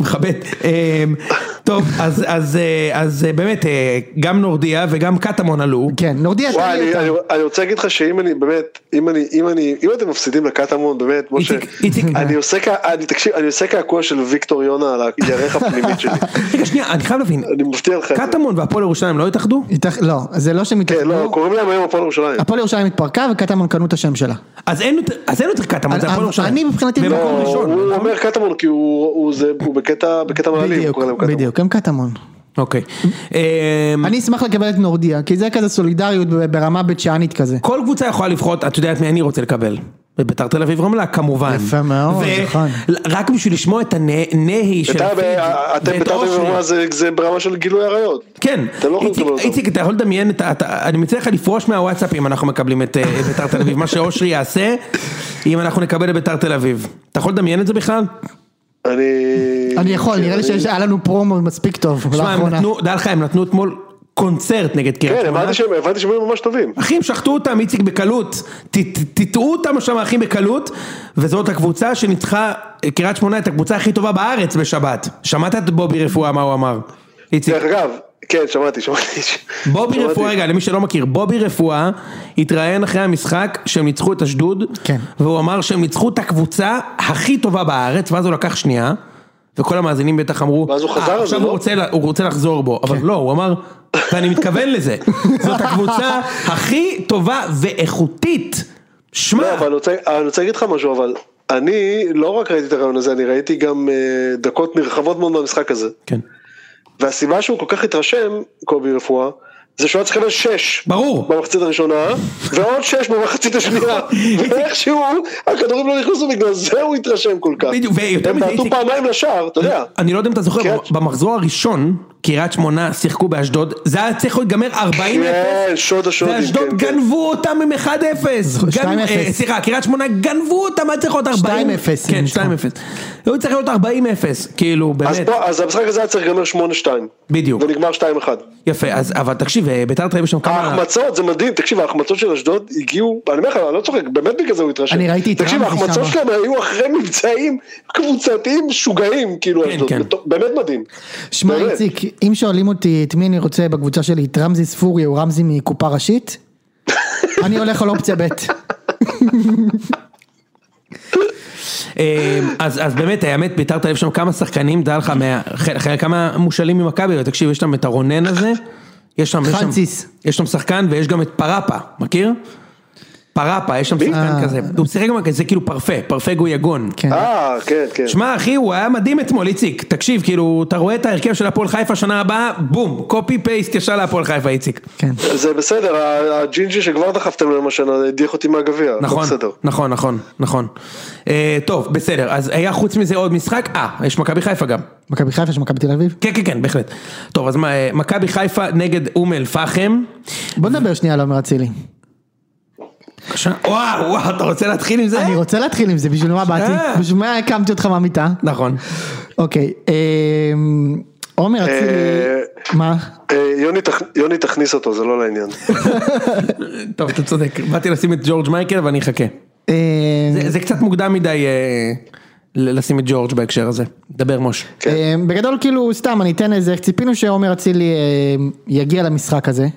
מכבד. אמ, טוב, אז- אז אה, אז אה, באמת, אה, גם נורדיה וגם קטמון עלו. כן, נורדיה, תן וואי, לי אני, אותה. אני, אני רוצה להגיד לך שאם אני באמת, אם אני, אם אני, אם אתם מפסידים לקטמון, באמת, משה, איציק, איציק. אני עושה, כ- אני, תקשיב, אני עושה קעקוע של ויקטור יונה על הירך הפנימית שלי, רגע, שנייה, אני חייב להבין. אני מבטיח לך את זה. קטמון והפועל ירושלים לא התאחדו? איתך- לא, זה לא שהם כן, לא, התאחדו. קוראים להם היום הפועל ירושלים. הפועל ירושלים התפרקה וקטמון קנו את השם שלה. אז אין יותר- אז אין יותר קטמון, זה אני- הפועל ירושלים. אני מבחינתי במקום לא- הוא- ראשון, הוא נכון? אומר קטמון כי הוא הוא זה- הוא בקטע בקטע מעליב, הוא בדיוק, קורא להם קטמון. בדיוק, הם קטמון. אוקיי. אמ, אני אשמח לקבל את נורדיה, כי זה כזה סולידריות ב- ברמה בית שענית כזה. כל קבוצה יכולה לבחור, את יודעת מי אני רוצה לקבל. ביתר תל אביב רמלה כמובן. יפה מאוד, ו- נכון. רק בשביל לשמוע את הנהי של בית"ר- הפיד אה, אתם ואת בית"ר אושרי. ברמה זה- זה ברמה של גילוי עריות. כן, אתם לא יכולים איציק- לקבל אותו. איציק אתה יכול לדמיין, את ה- אתה- אני מציע לך לפרוש מהוואטסאפ אם אנחנו מקבלים את אה, ביתר תל אביב, מה שאושרי יעשה אם אנחנו נקבל את ביתר תל אביב. אתה יכול לדמיין את זה בכלל? אני... אני יכול, נראה לי שהיה לנו פרומו מספיק טוב שמע, הם לאחרונה. נתנו, דע לך, הם נתנו אתמול קונצרט נגד קריית כן, שמונה. הבנתי שהם הבנתי שהם היו ממש טובים. אחי, הם שחטו אותם, איציק, בקלות. ת- ת- טיטאו אותם שם, אחי, בקלות. וזאת הקבוצה שניצחה, אה, קריית שמונה, את הקבוצה הכי טובה בארץ בשבת. שמעת את בובי רפואה, מה הוא אמר? איציק. דרך אגב, כן, שמעתי, שמעתי. בובי שמעתי. רפואה, רגע, למי שלא מכיר, בובי רפואה התראיין אחרי המשחק שהם ניצחו את אשדוד, כן. והוא אמר שהם ניצחו את הקבוצה הכי טובה בארץ, ואז הוא לקח שנייה, וכל המאזינים בטח אמרו, ואז הוא חזר "אה, על זה, עכשיו לא? הוא רוצה לה- הוא רוצה לחזור בו, אבל לא, הוא אמר, ואני מתכוון לזה, זאת הקבוצה הכי טובה ואיכותית, שמע, לא, אבל אני רוצה- אני רוצה להגיד לך משהו, אבל אני לא רק ראיתי את הרעיון הזה, אני ראיתי גם אה, דקות נרחבות מאוד מהמשחק הזה. כן, והסיבה שהוא כל כך התרשם, קובי רפואה, זה שהוא היה צריך לקבל שש. ברור. במחצית הראשונה, ועוד שש במחצית השנייה. ואיכשהו, הכדורים לא נכנסו בגלל זה הוא התרשם כל כך. בדיוק, ויותר הם מזה, בעטו איציק- פעמיים לשער, אתה יודע. אני לא יודע אם אתה זוכר, קריית- במחזור הראשון, קריית שמונה שיחקו באשדוד, זה היה צריך להיגמר 40 כן, שוד השודים, ואשדוד כן, כן. גנבו אותם עם 1-0. גנ- 2-0. אה, סליחה, קריית שמונה גנבו אותם, היה צריך להיות 40. 2-0, כן, הם 2-0. היו צריך להיות 40-0, כאילו, אז באמת. פה- אז המשחק הזה היה צריך להיגמר 8-2. בדיוק. ונגמר 2-1. יפה, אז, אבל תקשיב, אה, ביתר תל אביב יש שם כמה... ההחמצות זה מדהים, תקשיב ההחמצות של אשדוד הגיעו, אני אומר לך, אני לא צוחק, באמת בגלל זה הוא התרשם. אני ראיתי את תקשיב רמזי ההחמצות שמה. שלהם היו אחרי מבצעים קבוצתיים משוגעים, כן, כאילו אשדוד, כן. בטו- באמת מדהים. שמע באמת. איציק, אם שואלים אותי את מי אני רוצה בקבוצה שלי, את רמזי ספורי או רמזי מקופה ראשית, אני הולך על אופציה ב'. אה, אז, אז באמת, האמת, ביתר תל אביב שם כמה שחקנים, דע לך, מה- ח- ח- כמה מושאלים ממכבי, אבל תקשיב, יש שם את הרונן הזה, יש שם... יש שם- חנציס. יש שם שחקן ויש גם את פרפה, מכיר? פרפה, יש שם שחקן אה. כזה, הוא שיחק גם כזה כאילו פרפה, פרפה גויגון. כן. אה, כן, כן. שמע אחי, הוא היה מדהים אתמול, איציק, תקשיב, כאילו, אתה רואה את ההרכב של הפועל חיפה שנה הבאה, בום, קופי פייסט ישר להפועל חיפה, איציק. כן. זה בסדר, ה- הג'ינג'י שכבר דחפתם להם השנה, הדיח אותי מהגביע. הכל נכון, בסדר. נכון, נכון, נכון. אה, טוב, בסדר, אז היה חוץ מזה עוד משחק, אה, יש מכבי חיפה גם. מכבי חיפה של מכבי תל אביב? כן, כן, כן, בהחלט. טוב, אז מה, אה, מכבי חיפה נגד אום אל פחם. בוא נדבר שנייה על עומר אצילי. בבקשה. וואו, וואו, אתה רוצה להתחיל עם זה? אני רוצה להתחיל עם זה, בשביל מה אה. באתי? בשביל מה הקמתי אותך מהמיטה? נכון. אוקיי, אמ, עומר אצילי, אה, מה? אה, יוני תכ- יוני תכניס אותו, זה לא לעניין. טוב, אתה צודק, באתי לשים את ג'ורג' מייקל ואני אחכה. אמ, זה- זה קצת מוקדם מדי אה, ל- לשים את ג'ורג' בהקשר הזה. דבר משה. כן. אמ, בגדול כאילו סתם אני אתן איזה, ציפינו שעומר אצילי אמ, יגיע למשחק הזה.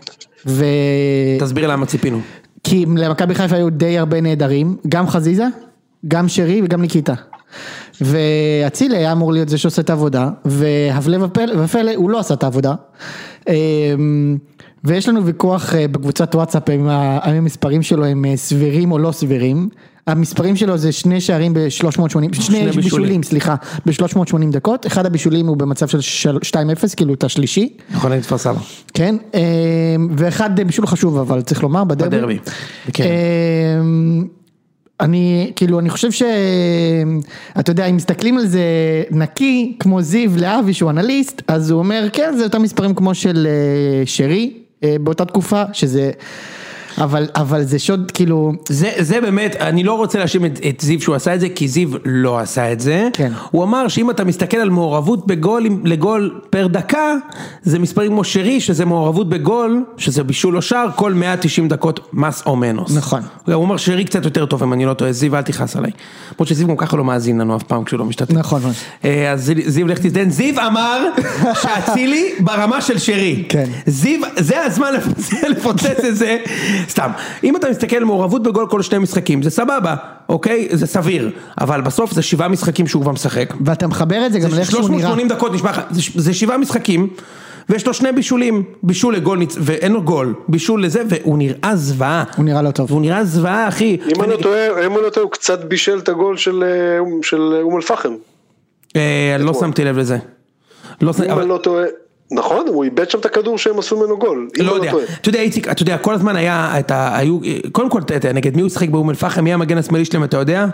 ו... אה, תסביר למה ציפינו. כי למכבי חיפה היו די הרבה נעדרים, גם חזיזה, גם שרי וגם ניקיטה. ואצילי היה אמור להיות זה שעושה את העבודה, והפלא ופלא, ופלא הוא לא עשה את העבודה. אמ, ויש לנו ויכוח אה, בקבוצת וואטסאפ אם ה- האם המספרים שלו הם אה, סבירים או לא סבירים. המספרים שלו זה שני שערים ב-380, שני בישולים. בישולים, סליחה, ב-380 דקות, אחד הבישולים הוא במצב של של 2-0, כאילו את השלישי. נכון, אני כפר סבא. כן, אה, ואחד בישול חשוב אבל צריך לומר בדרבי. בדרבי, כן. אה, אני כאילו אני חושב שאתה יודע אם מסתכלים על זה נקי כמו זיו להבי שהוא אנליסט אז הוא אומר כן זה אותם מספרים כמו של אה, שרי אה, באותה תקופה, שזה... אבל, אבל זה שוד, כאילו, זה, זה באמת, אני לא רוצה להאשים את, את זיו שהוא עשה את זה, כי זיו לא עשה את זה. כן. הוא אמר שאם אתה מסתכל על מעורבות בגולים, לגול פר דקה, זה מספרים כמו שרי, שזה מעורבות בגול, שזה בישול או שער, כל 190 דקות מס או מנוס. נכון. הוא אומר שרי קצת יותר טוב, אם אני לא טועה, זיו אל תכעס עליי. למרות שזיו גם ככה לא מאזין לנו אף פעם כשהוא לא משתתף. נכון. אה, אז זיו- זיו לך תזדן, זיו אמר שאצילי ברמה של שרי. כן. זיו, זה הזמן לפוצץ- לפוצץ את זה, סתם. אם אתה מסתכל על מעורבות בגול כל שני משחקים, זה סבבה, אוקיי? זה סביר. אבל בסוף זה שבעה משחקים שהוא כבר משחק. ואתה מחבר את זה גם זה לאיך שהוא נראה. 380 דקות נשמע לך, זה ש- זה שבעה משחקים, ויש לו שני בישולים, בישול לגול, ניצ- ואין לו גול, בישול לזה, והוא נראה זוועה. הוא נראה לא טוב. והוא נראה זוועה, אחי. אם אני לא אני- טועה, אם אני לא טועה, הוא קצת בישל את הגול של אה, אום- של אום אל-פחם. אה, לא שמתי לב לזה. לא שמתי- אם אבל- אני לא טועה, נכון, הוא איבד שם את הכדור שהם עשו ממנו גול. אם לא אני יודע, טועה. אתה יודע איציק, אתה יודע, כל הזמן היה, את ה, היו, קודם כל, אתה יודע, נגד מי הוא שיחק באום אל-פחם, מי המגן השמאלי שלהם, אתה יודע?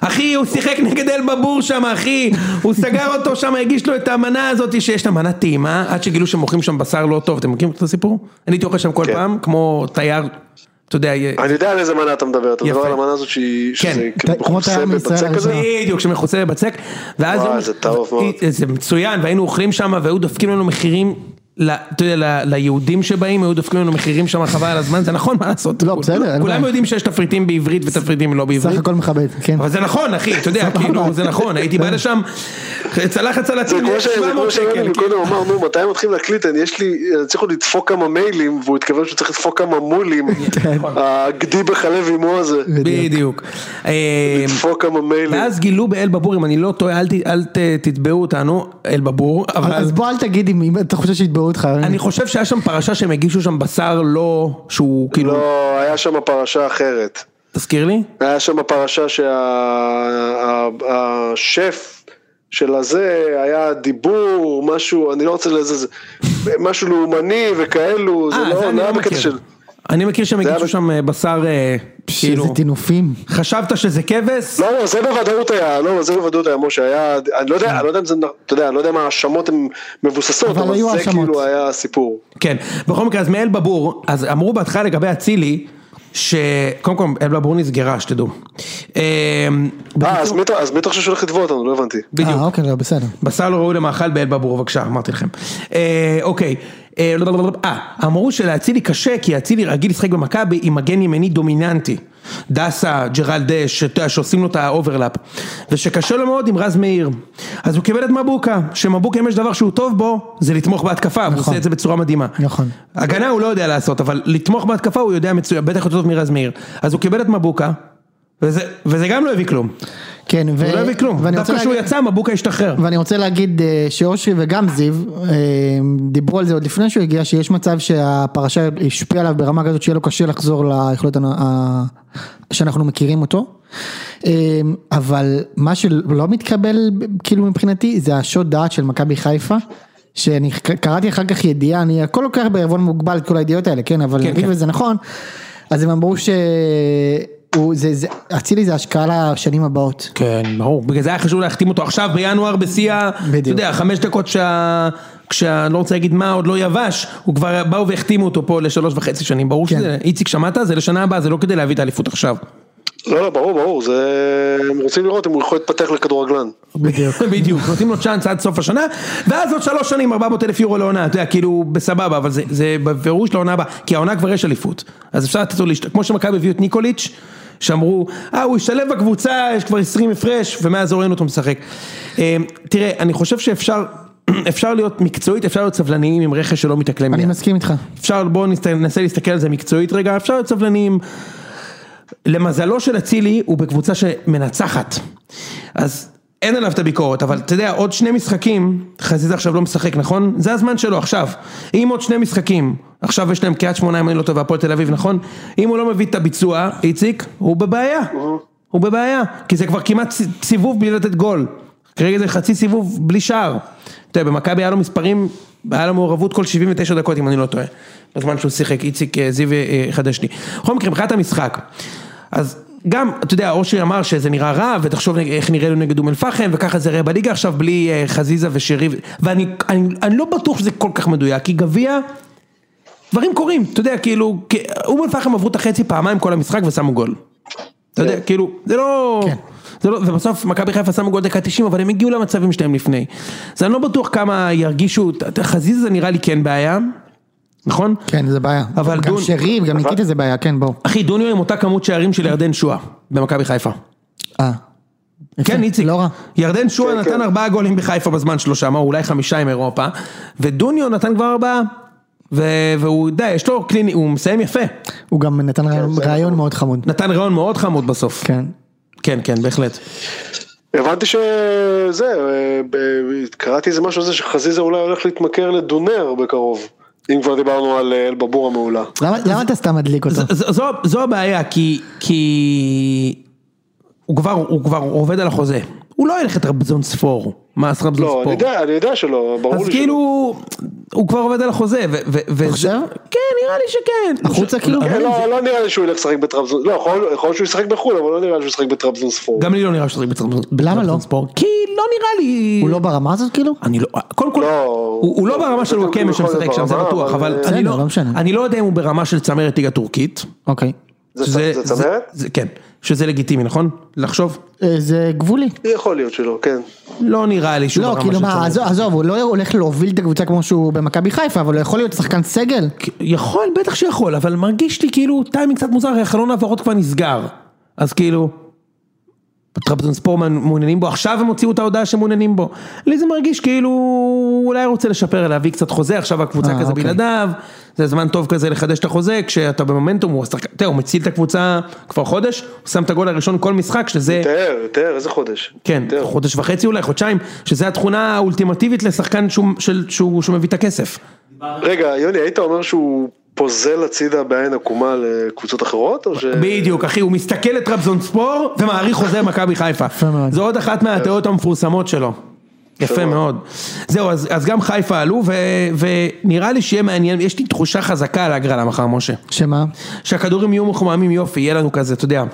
אחי, הוא שיחק נגד אלבבור שם, אחי, הוא סגר אותו שם, הגיש לו את המנה הזאת, שיש לה מנה טעימה, עד שגילו שמוכרים שם בשר לא טוב, אתם מכירים את הסיפור? אני הייתי אוכל שם כל כן. פעם, כמו תייר, אתה יודע, י- אני יודע על איזה מנה אתה מדבר, אתה מדבר יפה. על המנה הזאת שהיא, כן. שזה כאילו אתה- כמו תייר מכוסה מישראל בבצק כזה, הראשונה. בדיוק, שמכוסה בבצק, ואז... וואי, יום- אה, זה טרוף מאוד. זה מצוין, והיינו אוכלים שם, והיו דופקים לנו מחירים, ל- אתה יודע, ל- ליהודים שבאים, היו דופקים לנו מחירים שם, חבל על הזמן, זה נכון, מה לעשות? לא, בסדר, אין כולם בעיה. יודעים שיש תפריטים בעברית ותפריטים לא בעברית. סך הכל מכבד, כן. אבל זה נכון, אחי, אתה יודע, כאילו, זה נכון, הייתי בא לשם, צלחת זה סלטים, כמו ש- זה כמו 700 שאמרנו שקל, כאילו. קודם, אמרנו מתי הם מתחילים להקליט, אני יש לי, אני צריך עוד לדפוק כמה מיילים, והוא התכוון שהוא צריך לדפוק כמה מולים, כן. הגדי בחלב אימו הזה, בדיוק. אה, לדפוק כמה מיילים, כן. ואז גילו באלבבור, אם אני לא טועה, אל ת- אל ת- תתבעו אותנו, אלבבור, אבל... אז בוא אל תגיד אם אם אתה חושב שיתבעו אותך. אני חושב שהיה שם פרשה שהם הגישו שם בשר לא, שהוא כאילו, לא, היה שם פרשה אחרת, תזכיר לי? היה שם פרשה שהשף של הזה היה דיבור, משהו, אני לא רוצה לזה, משהו לאומני וכאלו, זה אה, לא, זה לא אני היה לא בקטע מכיר. של... אני מכיר שהם היה הגישו בק- שם אה, בשר, אה, שזה כאילו, טינופים. חשבת שזה כבש? לא, לא, זה בוודאות היה, לא, זה בוודאות היה, משה, היה, אני לא יודע, אני לא יודע אם זה, נ- אתה יודע, אני לא יודע אם ההאשמות הן מבוססות, אבל אבל היו זה האשמות. כאילו היה הסיפור. כן, בכל מקרה, אז מאל בבור, אז אמרו בהתחלה לגבי אצילי, שקודם כל אל בבור נסגרה, שתדעו. אה, אה, אז מי אתה- אז מי אתה חושב שהולך לתבוע אותנו? לא הבנתי. בדיוק. אה, אוקיי, לא, בסדר. בשר לא ראוי למאכל באל בבור, בבקשה, אמרתי לכם. אה, אוקיי, אה, לא, לא, לא, לא, אה, אמרו שלאצילי קשה, כי אצילי רגיל לשחק במכבי עם מגן ימני דומיננטי. דסה, ג'רלד דש, שאתה יודע, שעושים לו את האוברלאפ. ושקשה לו מאוד עם רז מאיר. אז הוא קיבל את מבוקה, שמבוקה אם יש דבר שהוא טוב בו, זה לתמוך בהתקפה, נכון. הוא עושה את זה בצורה מדהימה. נכון. הגנה הוא לא יודע לעשות, אבל לתמוך בהתקפה הוא יודע מצוין, בטח יותר טוב מרז מאיר. אז הוא קיבל את מבוקה, וזה, וזה גם לא הביא כלום. כן, ו... הוא לא הביא כלום. ואני רוצה דווקא כשהוא להגיד- יצא, מבוקה השתחרר. ואני רוצה להגיד אה, שאושרי וגם זיו אה, דיברו על זה עוד לפני שהוא הגיע, שיש מצב שהפרשה השפיעה עליו ברמה כזאת שיהיה לו קשה לחזור ליכולות הנ- ה- שאנחנו מכירים אותו. אה, אבל מה שלא מתקבל כאילו מבחינתי זה השוד דעת של מכבי חיפה. שאני ק- קראתי אחר כך ידיעה, אני הכל לוקח בערבון מוגבל את כל הידיעות האלה, כן, אבל כן, נגיד כן. וזה נכון, אז הם אמרו ש... הוא- זה- זה- אצילי זה השקעה לשנים הבאות. כן, ברור. בגלל זה היה חשוב להחתים אותו עכשיו בינואר בשיא ה... בדיוק. אתה יודע, חמש דקות שה... כשה... אני לא רוצה להגיד מה, עוד לא יבש, הוא כבר באו והחתימו אותו פה לשלוש וחצי שנים. ברור כן. שזה... איציק, שמעת? זה לשנה הבאה, זה לא כדי להביא את האליפות עכשיו. לא, לא, ברור, ברור, זה... הם רוצים לראות אם הוא יכול להתפתח לכדורגלן. בדיוק. בדיוק. נותנים לו צ'אנס עד סוף השנה, ואז עוד שלוש שנים, 400 אלף יורו לעונה, אתה יודע, כאילו, בסבבה, אבל זה, זה בפירוש לעונה הבאה, כי העונה כבר יש אליפות. אז אפשר לתת לו להשתלב, כמו שמכבי הביאו את ניקוליץ', שאמרו, אה, הוא השתלב בקבוצה, יש כבר 20 הפרש, ומאז לא ראינו אותו משחק. אה, תראה, אני חושב שאפשר, אפשר להיות מקצועית, אפשר להיות סבלניים עם רכש שלא מתאקלם. אני מיד. מסכים איתך. אפשר, בואו נסת- ננסה להסתכל על זה מקצועית רגע, אפשר להיות סבלניים. למזלו של אצילי, הוא בקבוצה שמנצחת. אז אין עליו את הביקורת, אבל אתה יודע, עוד שני משחקים, חזיזה עכשיו לא משחק, נכון? זה הזמן שלו עכשיו. אם עוד שני משחקים, עכשיו יש להם קריית שמונה, אם אני לא טועה, והפועל תל אביב, נכון? אם הוא לא מביא את הביצוע, איציק, הוא בבעיה. הוא בבעיה, כי זה כבר כמעט ס- סיבוב בלי לתת גול. כרגע זה חצי סיבוב בלי שער. אתה יודע, במכבי היה לו מספרים, היה לו מעורבות כל 79 דקות, אם אני לא טועה. בזמן שהוא שיחק, איציק אה, זיו אה, יחדש לי. בכל מקרה, מבחינת המשחק, אז גם, אתה יודע, אושרי אמר שזה נראה רע, ותחשוב נג- איך נראה לו נגד אום אל-פחם, וככה זה יראה בליגה עכשיו, בלי אה, חזיזה ושירי, ו- ואני אני, אני לא בטוח שזה כל כך מדויק, כי גביע... דברים קורים, אתה יודע, כאילו, כ- אום אל פחם עברו את החצי פעמיים כל המשחק ושמו גול. אתה יודע, כן. כאילו, זה לא... כן. זה לא, ובסוף מכבי חיפה שמו גול דקה 90, אבל הם הגיעו למצבים שלהם לפני. אז אני לא בטוח כמה ירגישו, ת- ת- חזיזה נראה לי כן בעיה, נכון? כן, זה בעיה. אבל גם דון- שרי וגם ניקיטה זה בעיה, כן, בואו. אחי, דוניו עם אותה כמות שערים של ירדן שואה במכבי חיפה. אה. יפה, כן, איציק. לא רע. ירדן שואה כן, נתן כן. ארבעה גולים בחיפה בזמן שלו שם, או אולי חמישה עם אירופה, ודוניו נתן כבר ארבעה. ו- והוא, די, יש לו קליני, הוא מסיים יפה. הוא גם נתן כן, רעיון- זה רעיון מאוד חמוד. נתן רעיון מאוד חמוד בסוף. כן. כן, כן, בהחלט. הבנתי שזה, אה, ב- קראתי איזה משהו על זה שחזיזה אולי הולך להתמכר לדונר בקרוב, אם כבר דיברנו על אה, אלבבור המעולה. למה למה אתה סתם מדליק אותו? ז- ז- זו- זו הבעיה, כי... כי... הוא כבר, הוא כבר עובד על החוזה. הוא לא ילך את רבזון ספור. מה, אז רבזון לא, ספור? אני יודע, אני יודע שלא, ברור לי אז שלא. כאילו, הוא כבר עובד על החוזה. ו- ו- ו- חושב? כן, נראה לי שכן. החוצה כאילו? כן, לא, לא נראה לי שהוא ילך לשחק בטרבזון, לא, יכול יכול להיות שהוא ישחק בחו"ל, אבל לא נראה לי שהוא ישחק בטרבזון ספור. גם לי לא נראה שהוא צריך בצרפון למה לא? ספורט, כי לא נראה לי... הוא לא ברמה הזאת כאילו? אני לא... קודם כל, לא, הוא הוא לא ברמה של הוא וואקמה יכול להיות שמשחק שם, זה ברמה, בטוח, אבל- אבל בסדר, אני לא... לא משנה. אני לא יודע אם הוא ברמה של צמרת ליגה טורקית. אוקיי. זה שזה- צ- זה צמרת? זה- כן, שזה לגיטימי, נכון? לחשוב? אה, זה גבולי. יכול להיות שלא, כן. לא נראה לי שהוא לא, לא ברמה של כאילו מה, צמרת. עזוב, עזוב, הוא לא הולך להוביל את הקבוצה כמו שהוא במכבי חיפה, אבל הוא יכול להיות שחקן סגל. יכול, בטח שיכול, אבל מרגיש לי כאילו טיימינג קצת מוזר, הרי חלון העברות כבר נסגר. אז כאילו... טרבזונספור מעוניינים בו, עכשיו הם הוציאו את ההודעה שמעוניינים בו. לי זה מרגיש כאילו הוא אולי רוצה לשפר, להביא קצת חוזה, עכשיו הקבוצה אה, כזה אוקיי. בלעדיו, זה זמן טוב כזה לחדש את החוזה, כשאתה במומנטום, הוא השחק- אתה יודע, הוא מציל את הקבוצה כבר חודש, הוא שם את הגול הראשון כל משחק, שזה, תאר, תאר, איזה חודש. כן, תאר. חודש וחצי אולי, חודשיים, שזה התכונה האולטימטיבית לשחקן שהוא- של- שהוא שהוא מביא את הכסף. רגע, יוני, היית אומר שהוא פוזל הצידה בעין עקומה לקבוצות אחרות, או ש... בדיוק, אחי, הוא מסתכל לטרבזון ספור ומעריך חוזר מכבי חיפה. מאוד. זו עוד אחת מהתיאוריות המפורסמות שלו. יפה מאוד. מאוד. זהו, אז אז גם חיפה עלו, ו- ונראה לי שיהיה מעניין, יש לי תחושה חזקה על הגרלה מחר, משה. שמה? שהכדורים יהיו מחוממים יופי, יהיה לנו כזה, אתה יודע.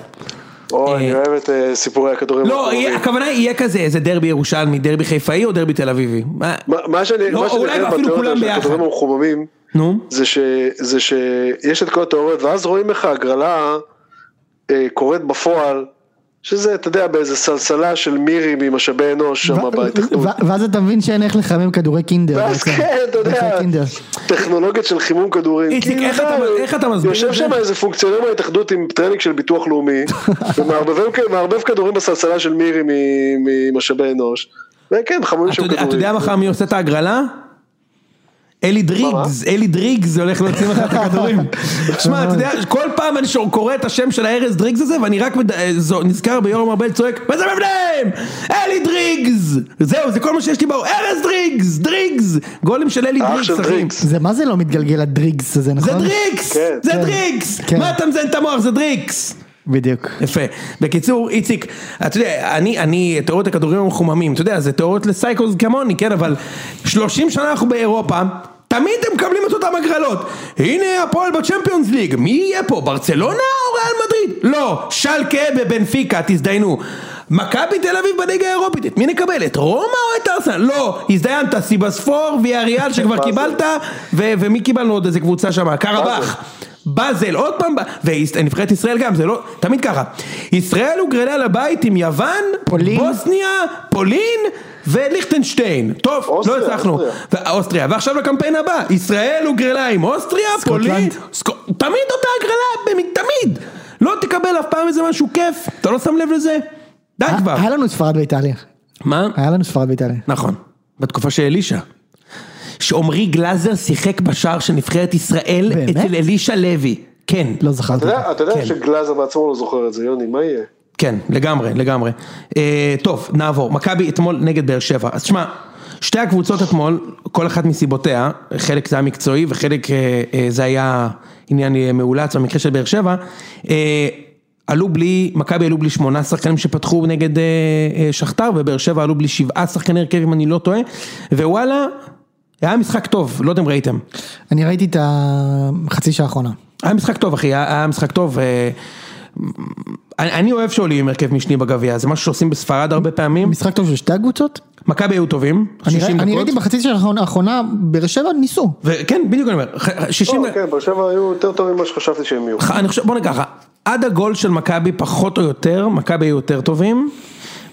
או, אה, אני אוהב את אה, סיפורי הכדורים. לא, הקרובים. יהיה- הכוונה יהיה כזה, איזה דרבי ירושלמי, דרבי חיפאי או דרבי תל אביבי. מה- מה- מה שאני... לא, מה שאני אולי חייב אפילו בתיאוריה כולם של ביחד. הכדורים המחוממים, נו, זה, ש, זה שיש את כל התיאוריות, ואז רואים איך ההגרלה אה, קורית בפועל, שזה, אתה יודע, באיזה סלסלה של מירי ממשאבי אנוש שם ו- בהתאחדות. ו- ואז אתה מבין שאין איך לחמם כדורי קינדר. ואז בעצם. כן, אתה יודע, כדורי קינדר. טכנולוגיות של חימום כדורים. איציק, כאילו, איך אתה- די, איך אתה מסביר את יושב זה? שם איזה פונקציונר מההתאחדות עם טרנינג של ביטוח לאומי, ומערבב כדורים בסלסלה של מירי מ- ממשאבי אנוש, וכן, חמומים אתה שם יודע- כדורים. אתה יודע מחר מי עושה את ההגרלה? אלי דריגס, אלי דריגס הולך להוציא לך את הכדורים. שמע, אתה יודע, כל פעם אני שור- קורא את השם של הארז דריגס הזה, ואני רק מד- אה, זו- נזכר ביורם ארבל צועק, מה זה מבנים? אלי דריגס! זהו, זה כל מה שיש לי באו, ארז דריגס, דריגס! גולם של אלי האח דריגס, של אחי. דריגס. זה מה זה לא מתגלגל הדריגס הזה, נכון? זה דריקס! כן. זה כן. דריקס! כן. מה אתה מזיין את המוח? זה דריקס! בדיוק. יפה. בקיצור, איציק, אתה יודע, אני, אני, תיאוריות הכדורים המחוממים, אתה יודע, זה תיאוריות לסייקוס כמוני, כן, אבל 30 שנה אנחנו באירופה. תמיד הם מקבלים את אותם הגרלות. הנה הפועל בצ'מפיונס ליג, מי יהיה פה? ברצלונה או ריאל מדריד? לא, שלקה בבנפיקה, תזדיינו. מכבי תל אביב בליגה האירופית, את מי נקבל? את רומא או את ארסנל? לא, הזדיינת, סיבספור ויאריאל שכבר באזל. קיבלת, ו- ומי קיבלנו עוד איזה קבוצה שם? קרבח. באזל. באזל, עוד פעם, ב- ונבחרת ישראל גם, זה לא, תמיד ככה. ישראל הוגרלה לבית עם יוון, פולין. בוסניה, פולין וליכטנשטיין. טוב, אוסטריה, לא הצלחנו. אוסטריה. אוסטריה. ועכשיו לקמפיין הבא, ישראל הוגרלה עם אוסטריה, סקוטלנד. פולין, סקו- תמיד אותה הגרלה, במ- תמיד. לא תקבל אף פעם איזה משהו כיף, אתה לא שם לב לזה? די אה, כבר. היה לנו ספרד ואיטליה. מה? היה לנו ספרד ואיטליה. נכון, בתקופה של אלישע. שעמרי גלאזר שיחק בשער של נבחרת ישראל באמת? אצל אלישע לוי. כן. לא זכרתי. אתה יודע- אתה כן. יודע שגלאזר בעצמו לא זוכר את זה, יוני, מה יהיה? כן, לגמרי, לגמרי. אה, טוב, נעבור. מכבי אתמול נגד באר שבע. אז שמע, שתי הקבוצות אתמול, כל אחת מסיבותיה, חלק זה היה מקצועי וחלק אה, אה, זה היה עניין אה, מאולץ במקרה של באר שבע, אה, עלו בלי, מכבי עלו בלי שמונה שחקנים שפתחו נגד אה, אה, שכתר, ובאר שבע עלו בלי שבעה שחקני הרכב אם אני לא טועה, ווואלה, היה משחק טוב, לא יודע אם ראיתם. אני ראיתי את החצי שעה האחרונה. היה משחק טוב אחי, היה היה משחק טוב. אה, אני, אני אוהב שעולים עם הרכב משני בגביע, זה משהו שעושים בספרד הרבה פעמים. משחק טוב של שתי הקבוצות? מכבי היו טובים, אני 60 ראי- אני דקות. ראיתי בחצי של האחרונה- האחרונה, באר שבע ניסו. וכן, בדיוק אני אומר, ח- 60... לא, כן, באר שבע היו יותר טובים ממה שחשבתי שהם יהיו. ח- אני חושב, בוא נגיד ככה, עד הגול של מכבי פחות או יותר, מכבי היו יותר טובים,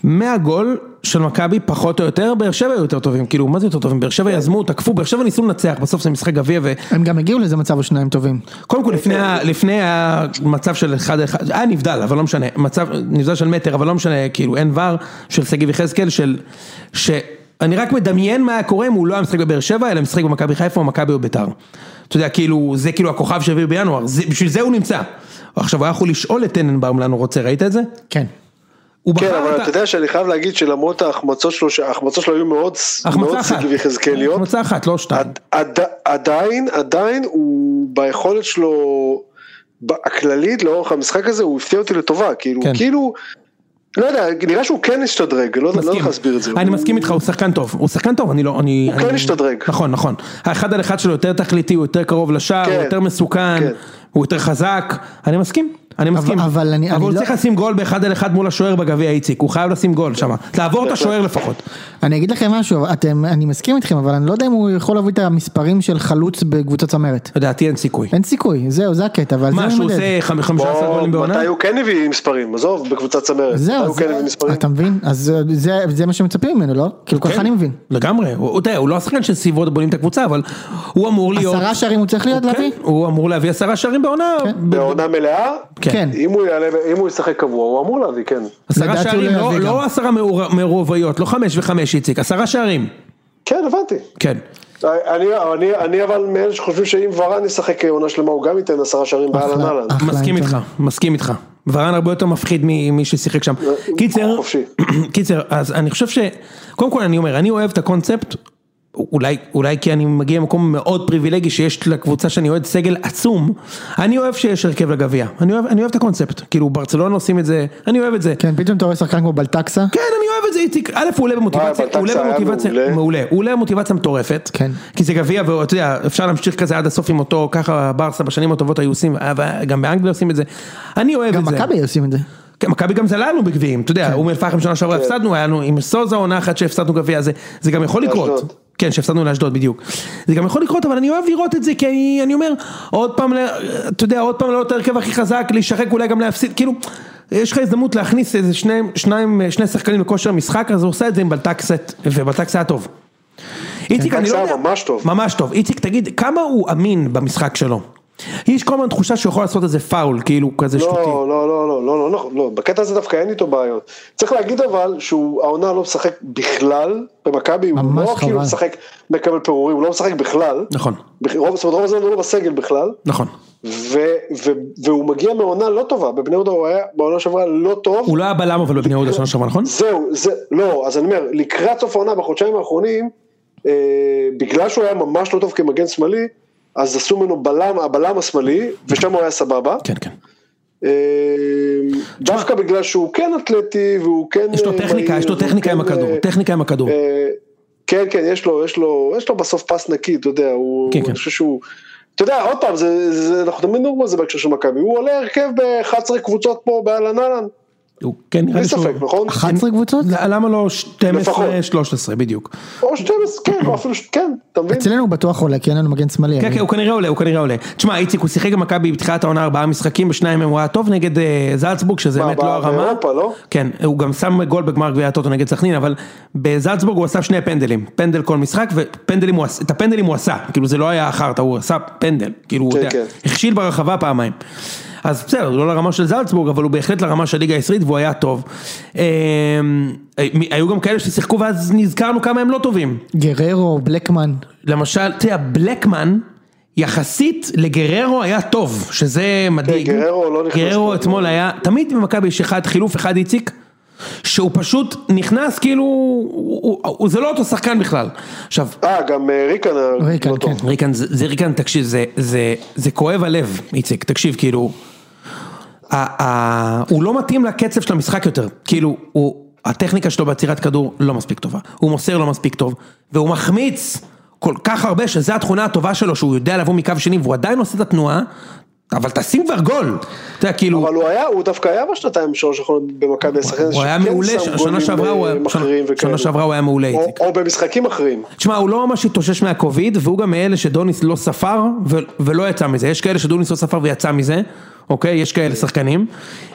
מהגול של מכבי פחות או יותר, באר שבע היו יותר טובים, כאילו מה זה יותר טובים, באר שבע יזמו, תקפו, באר שבע ניסו לנצח, בסוף זה משחק גביע, הם גם הגיעו לאיזה מצב או שניים טובים. וקודם כל לפני, אה, ה- לפני המצב של 1-1, היה נבדל, אבל לא משנה, מצב, נבדל של מטר, אבל לא משנה, כאילו אין ור, של שגיב יחזקאל, של, שאני רק מדמיין מה היה קורה אם הוא לא היה משחק בבאר שבע, אלא משחק במכבי חיפה או מכבי או ביתר. אתה יודע, כאילו, זה כאילו הכוכב שהעביר בינואר, זה, בשביל זה הוא נמצא. עכשיו, הוא היה יכול לשאול את טננבאום לאן הוא רוצה, ראית את זה? כן. הוא כן, בחר אבל אתה יודע שאני חייב להגיד שלמרות ההחמצות שלו, שההחמצות שלו היו מאוד מאוד החמצה אחת. שגיב יחזקאליות, החמצה אחת, לא שתיים. עד- עד- עדיין, עדיין הוא ביכולת שלו ב- הכללית לאורך המשחק הזה הוא הפתיע אותי לטובה, כאילו, כן. כאילו, לא יודע, נראה שהוא כן השתדרג, לא לא יודע מסכים. איך להסביר את זה. אני הוא- מסכים איתך, הוא שחקן טוב. הוא שחקן טוב, אני לא... אני, הוא כן אני- השתדרג. נכון, נכון. האחד על אחד שלו יותר תכליתי, הוא יותר קרוב לשער, כן, הוא יותר מסוכן, כן. הוא יותר חזק. אני מסכים, אני מסכים. אבל אני- אבל אני הוא לא- צריך לשים גול באחד על אחד מול השוער בגביע איציק, הוא חייב לשים גול שם. לעבור את השוער לפחות. אני אגיד לכם משהו, אתם, אני מסכים איתכם, אבל אני לא יודע אם הוא יכול להביא את המספרים של חלוץ בקבוצת צמרת. לדעתי אין סיכוי. אין סיכוי, זהו, זה הקטע, ועל זה מה, אני שהוא מודד. עושה חמ- בוא, 15 גולים בעונה? מתי הוא כן הביא מספרים, עזוב, בקבוצת צמרת. מתי זהו, הוא כן הביא זה- מספרים. אתה מבין? אז זה- זה- זה מה שמצפים ממנו, לא? כאילו ככה כן, אני מבין. לגמרי, הוא, אתה יודע, הוא לא השחקן של סביבות בונים את הקבוצה, אבל הוא אמור להיות... עשרה שערים הוא צריך להיות כן, להביא? הוא אמור להביא עשרה שערים בעונה. כן. ב- בעונה מלאה, כן. אם הוא יעלה- אם הוא ישחק קבוע, הוא אמור להביא, כן. עשרה לדעתי הוא שערים, לא לא, יביא גם. לא עשרה מעור- מעורבויות, לא חמש וחמש איציק, עשרה שערים. כן, הבנתי. כן. אני, אני, אני אבל מאלה שחושבים שאם ורן ישחק עונה שלמה הוא גם ייתן עשרה שערים באהלן אחלה. אהלן. אחלה, מסכים איתן. איתך, מסכים איתך. ורן הרבה יותר מפחיד ממי ששיחק שם. קיצר, חופשי. קיצר, אז אני חושב ש... קודם כל אני אומר, אני אוהב את הקונספט, אולי, אולי כי אני מגיע ממקום מאוד פריבילגי שיש לקבוצה שאני אוהד סגל עצום, אני אוהב שיש הרכב לגביע, אני אוהב, אני אוהב את הקונספט, כאילו ברצלונה עושים את זה, אני אוהב את זה. כן, פתאום אתה רואה שחקן כמו בלטקסה. כן, אני אוהב את זה, איציק. א', הוא עולה במוטיבציה, וואי, הוא עולה בלטקסה היה במוטיבציה, מעולה. מעולה. הוא עולה במוטיבציה מטורפת. כן. כי זה גביע, ואתה יודע, אפשר להמשיך כזה עד הסוף עם אותו, ככה ברסה בשנים הטובות היו עושים, אבל גם באנגליה עושים את זה. אני אוהב את גם זה. מכבי עושים את זה. כן, מכבי גם זללנו בגביעים, אתה כן. יודע, אום אל-פחם שנה שעברה הפסדנו, היה לנו עם סוזה עונה אחת שהפסדנו גביע, זה- זה גם יכול לקרות. לאשדוד. כן, שהפסדנו לאשדוד בדיוק. זה גם יכול לקרות, אבל אני אוהב לראות את זה, כי אני, אני אומר, עוד פעם, ל- אתה יודע, עוד פעם לעלות להרכב הכי חזק, להישחק אולי גם להפסיד, כאילו, יש לך הזדמנות להכניס איזה שני, שניים, שני שחקנים לכושר משחק, אז הוא עושה את זה עם בלטקסט, ובלטקסט היה טוב. איציק, אני לא בלטקסט היה יודע, ממש טוב. ממש טוב. איציק, תגיד, כמה הוא אמין במשחק שלו? יש כל הזמן תחושה שהוא יכול לעשות איזה פאול, כאילו, כזה לא, שטותי. לא, לא, לא, לא, לא, לא, לא, בקטע הזה דווקא אין איתו בעיות. צריך להגיד אבל שהוא העונה לא משחק בכלל במכבי, הוא ממש לא חבל. כאילו משחק מקבל פירורים, הוא לא משחק בכלל. נכון. בכ- רוב, זאת אומרת, רוב הזמן הוא לא בסגל בכלל, נכון. ו, ו, והוא מגיע מעונה לא טובה, בבני יהודה הוא היה בעונה שעברה לא טוב. הוא לא היה בלם אבל בבני יהודה שנה שעברה, נכון? זהו, זה, לא, אז אני אומר, לקראת סוף העונה בחודשיים האחרונים, אה, בגלל שהוא היה ממש לא טוב כמגן שמאלי, אז עשו ממנו בלם, הבלם השמאלי, ושם הוא היה סבבה. כן, כן. אה, דווקא בגלל שהוא כן אתלטי, והוא כן... יש לו אה, טכניקה, מהיר, יש לו והוא טכניקה כן, עם הכדור, אה, טכניקה עם הכדור. אה, כן, כן, יש לו, יש לו, יש לו בסוף פס נקי, אתה יודע, הוא, כן, אני כן. חושב שהוא, אתה יודע, עוד פעם, זה, זה, אנחנו תמיד מדברים על זה בהקשר של מכבי, הוא עולה הרכב ב-11 קבוצות פה באהלן אהלן, הוא כן נראה בלי לי שהוא... ספק, נכון? 11 קבוצות? לא, למה לא 12, לפחות. 13 בדיוק. או 12, כן, או אפילו, ש- כן, אתה מבין? אצלנו הוא בטוח עולה, כי אין לנו מגן שמאלי. כן, אבל- כן, הוא כנראה עולה, הוא כנראה עולה. תשמע, איציק, הוא שיחק במכבי בתחילת העונה ארבעה משחקים, בשניים מהם הוא היה טוב נגד אה, זלצבורג, שזה מה, באמת לא בא- הרמה. באירופה, לא? כן, הוא גם שם גול בגמר גביע הטוטו נגד סכנין, אבל בזלצבורג הוא עשה שני פנדלים, פנדל כל משחק, ופנדלים הוא עשה, את הפנדלים הוא עשה, כאילו זה לא היה חרטא, הוא עשה פנדל, כאילו הוא כן, יודע, כן. הכשיל ברחבה פעמיים. אז בסדר, הוא לא לרמה של זלצבורג, אבל הוא בהחלט לרמה של ליגה הישראלית והוא היה טוב. אה, מי- היו גם כאלה ששיחקו ואז נזכרנו כמה הם לא טובים. גררו, בלקמן. למשל, אתה יודע, בלקמן, יחסית לגררו היה טוב, שזה מדאיג. כן, גררו לא נכנס גררו פה. אתמול היה, תמיד במכבי יש אחד חילוף, אחד איציק, שהוא פשוט נכנס כאילו, הוא, הוא, הוא, זה לא אותו שחקן בכלל. עכשיו, אה, גם אה, ריקן, אה, ריקן, לא טוב. כן. ריקן, זה, זה ריקן, תקשיב, זה, זה, זה כואב הלב, איציק, תקשיב, כאילו, ה, ה, הוא לא מתאים לקצב של המשחק יותר, כאילו, הוא, הטכניקה שלו בעצירת כדור לא מספיק טובה, הוא מוסר לא מספיק טוב, והוא מחמיץ כל כך הרבה, שזו התכונה הטובה שלו, שהוא יודע לבוא מקו שני, והוא עדיין עושה את התנועה, אבל תשים כבר גול. אתה יודע, כאילו, אבל הוא היה, הוא דווקא היה בשנתיים שלוש האחרונות במכבי השחקן הוא היה מעולה, שנה שעברה הוא היה- אה, אחרים שנה- וכאלה. שנה שעברה הוא היה מעולה, או- איציק. או במשחקים אחרים. תשמע, הוא לא ממש התאושש מהקוביד, והוא גם מאלה שדוניס לא ספר ו- ולא יצא מזה. יש כאלה שדוניס לא ספר ויצא מזה, אוקיי? יש כאלה שחקנים.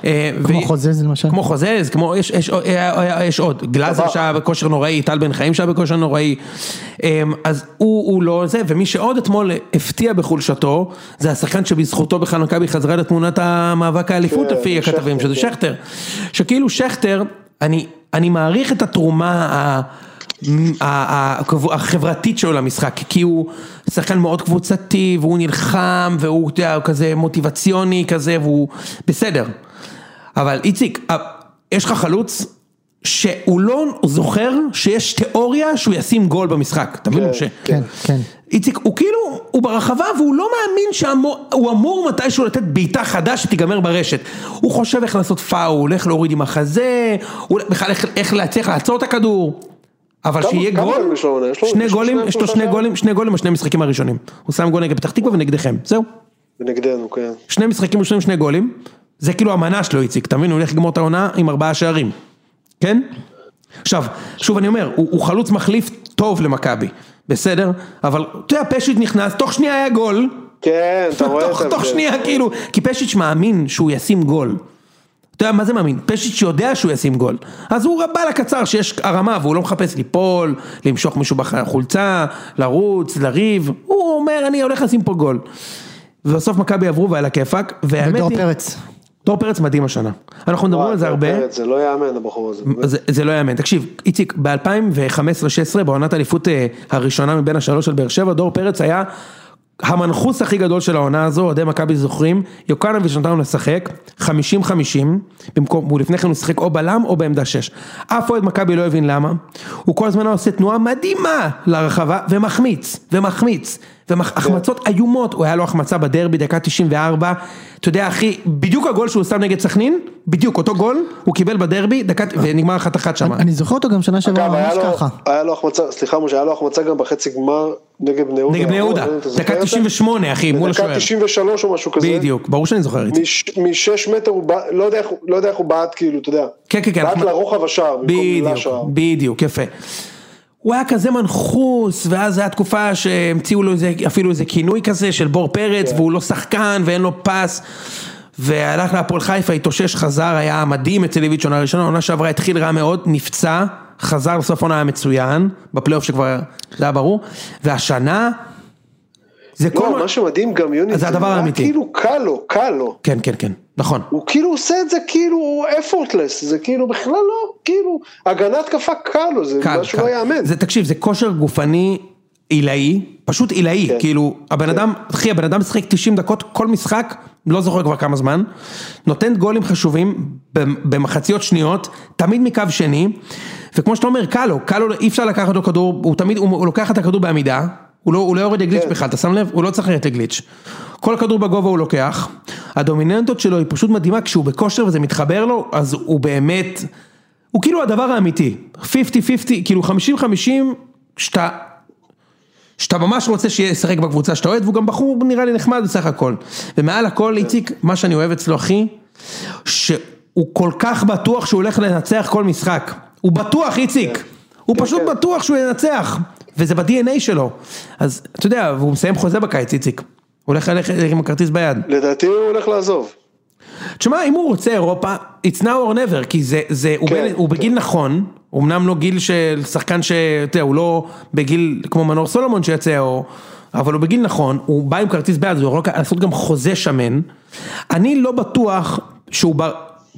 אה, כמו ו- חוזז למשל. כמו חוזז, כמו, יש, יש, היה- היה- יש עוד, גלאזר סבבה. שהיה בכושר נוראי, טל בן חיים שהיה בכושר נוראי, אמ, אז הוא, הוא לא זה, ומי שעוד אתמול הפתיע בחולשתו, זה השחקן שבזכותו בכלל מכבי חזרה לתמונת המאבק האליפות, כן, לפי שכטר, הכתבים, שזה כן. שכטר, שכאילו שכטר, אני, אני מעריך את התרומה ה... ה- ה- הקבוע- החברתית שלו למשחק, כי הוא שחקן מאוד קבוצתי והוא נלחם והוא אתה יודע, הוא כזה מוטיבציוני כזה והוא בסדר, אבל איציק, אה, יש לך חלוץ שהוא לא זוכר שיש תיאוריה שהוא ישים גול במשחק, אתה מבין כן, משה? כן, כן. איציק, הוא כאילו, הוא ברחבה והוא לא מאמין שהוא אמור מתישהו לתת בעיטה חדה שתיגמר ברשת. הוא חושב איך לעשות פאול, איך להוריד עם החזה, הוא- בכלל איך- איך להצליח לעצור את הכדור. אבל כמה- שיהיה כמה גולים גול, יש לו העונה? יש לו- שני יש לו גולים, שניים, יש לו שני שלושה? גולים, שני גולים בשני המשחקים הראשונים. הוא שם גול נגד פתח תקווה ונגדכם, זהו. נגדנו, כן. שני משחקים ראשונים, שני גולים, זה כאילו המנה שלו, איציק, אתה מבין? הוא הולך לגמור את העונה עם ארבעה שערים, כן? עכשיו, שוב אני אומר, הוא, הוא חלוץ מחליף טוב למכבי, בסדר? אבל אתה יודע, פשיט נכנס, תוך שנייה היה גול, כן, אתה רואה את תוך, ההבדל. תוך שנייה כאילו, כי פשיץ' מאמין שהוא ישים גול. אתה יודע מה זה מאמין? פשיץ' יודע שהוא ישים גול. אז הוא בא לקצר שיש הרמה והוא לא מחפש ליפול, למשוך מישהו בחולצה, לרוץ, לריב. הוא אומר אני הולך לשים פה גול. ובסוף מכבי עברו ועל הכיפאק. והאמת ודור היא- פרץ. דור פרץ מדהים השנה. אנחנו מדברים וואי, על זה הרבה. פרץ, זה לא יאמן הבחור הזה. באמת. זה, זה לא יאמן, תקשיב, איציק, ב-2015-2016, בעונת האליפות אה, הראשונה מבין השלוש של באר שבע, דור פרץ היה המנחוס הכי גדול של העונה הזו, אוהדי מכבי זוכרים, יוקנוביץ' נתן לו לשחק, 50-50, במקום, הוא לפני כן הוא שיחק או בלם או בעמדה 6. אף אוהד מכבי לא הבין למה, הוא כל הזמן היה עושה תנועה מדהימה לרחבה, ומחמיץ, ומחמיץ, והחמצות איומות, הוא היה לו החמצה בדרבי, דקה 94, אתה יודע אחי, בדיוק הגול שהוא שם נגד סכנין, בדיוק אותו גול, הוא קיבל בדרבי, דקה, ונגמר אחת אחת שם. אני זוכר אותו גם שנה שעברה אגב, היה ממש לו- ככה. היה לו החמצה, סליחה משה, היה לו החמצה גם בחצי גמר נגד בני יהודה. נגד בני יהודה, אתה זוכר דקה את זה? 98 אחי, מול בדקה השוער. 93 או משהו כזה. בדיוק, ברור שאני זוכר את זה. מש- משש מטר הוא בעט, לא יודע איך הוא- לא יודע איך הוא בעט כאילו, אתה יודע. כן, כן, כן, בעט אנחנו- לרוחב השער, במקום לשער. בדיוק, בדיוק, יפה. הוא היה כזה מנחוס, ואז זו הייתה תקופה שהמציאו לו איזה, אפילו איזה כינוי כזה של בור פרץ, כן. והוא לא שחקן ואין לו פס. והלך להפועל חיפה, התאושש, חזר, היה מדהים אצל איביץ' עונה ראשונה, עונה שעברה התחיל רע מאוד, נפצע, חזר לסוף עונה היה מצוין, בפלייאוף שכבר, זה היה ברור, והשנה, זה כל לא, מה... מה שמדהים גם יוני, אז זה הדבר נראה האמיתי. כאילו קל לו, קל לו. כן, כן, כן, נכון. הוא כאילו עושה את זה כאילו effortless, זה כאילו בכלל לא, כאילו, הגנה התקפה קל לו, זה קל, משהו קל. לא יאמן. זה, תקשיב, זה כושר גופני עילאי, פשוט עילאי, כן. כאילו, הבן אדם, אחי, הבן אדם משחק 90 דקות, כל משחק, לא זוכר כבר כמה זמן, נותן גולים חשובים במ- במחציות שניות, תמיד מקו שני, וכמו שאתה אומר, קל לו, קל לו, אי אפשר לקחת לו כדור, הוא תמיד, הוא, הוא לוקח את הכדור בעמידה, הוא לא, הוא לא יורד לגליץ' כן. בכלל, אתה שם לב? הוא לא צריך לרדת לגליץ'. כל כדור בגובה הוא לוקח, הדומיננטות שלו היא פשוט מדהימה, כשהוא בכושר וזה מתחבר לו, אז הוא באמת, הוא כאילו הדבר האמיתי, 50-50, כאילו 50-50, שאתה, שאתה ממש רוצה שיהיה לשחק בקבוצה שאתה אוהד, והוא גם בחור נראה לי נחמד בסך הכל. ומעל הכל, איציק, מה שאני אוהב אצלו אחי, שהוא כל כך בטוח שהוא הולך לנצח כל משחק. הוא בטוח, איציק. הוא פשוט כן. בטוח שהוא ינצח, וזה ב-DNA שלו. אז אתה יודע, והוא מסיים חוזה בקיץ, איציק. הוא הולך ללכת עם הכרטיס ביד. לדעתי הוא הולך לעזוב. תשמע, אם הוא רוצה אירופה, it's now or never, כי זה, זה, הוא, כן, בין, הוא כן. בגיל נכון, הוא אמנם לא גיל של שחקן ש... אתה יודע, הוא לא בגיל כמו מנור סולומון שיצא או... אבל הוא בגיל נכון, הוא בא עם כרטיס ביד, אז הוא יכול לעשות גם חוזה שמן. אני לא בטוח שהוא בר...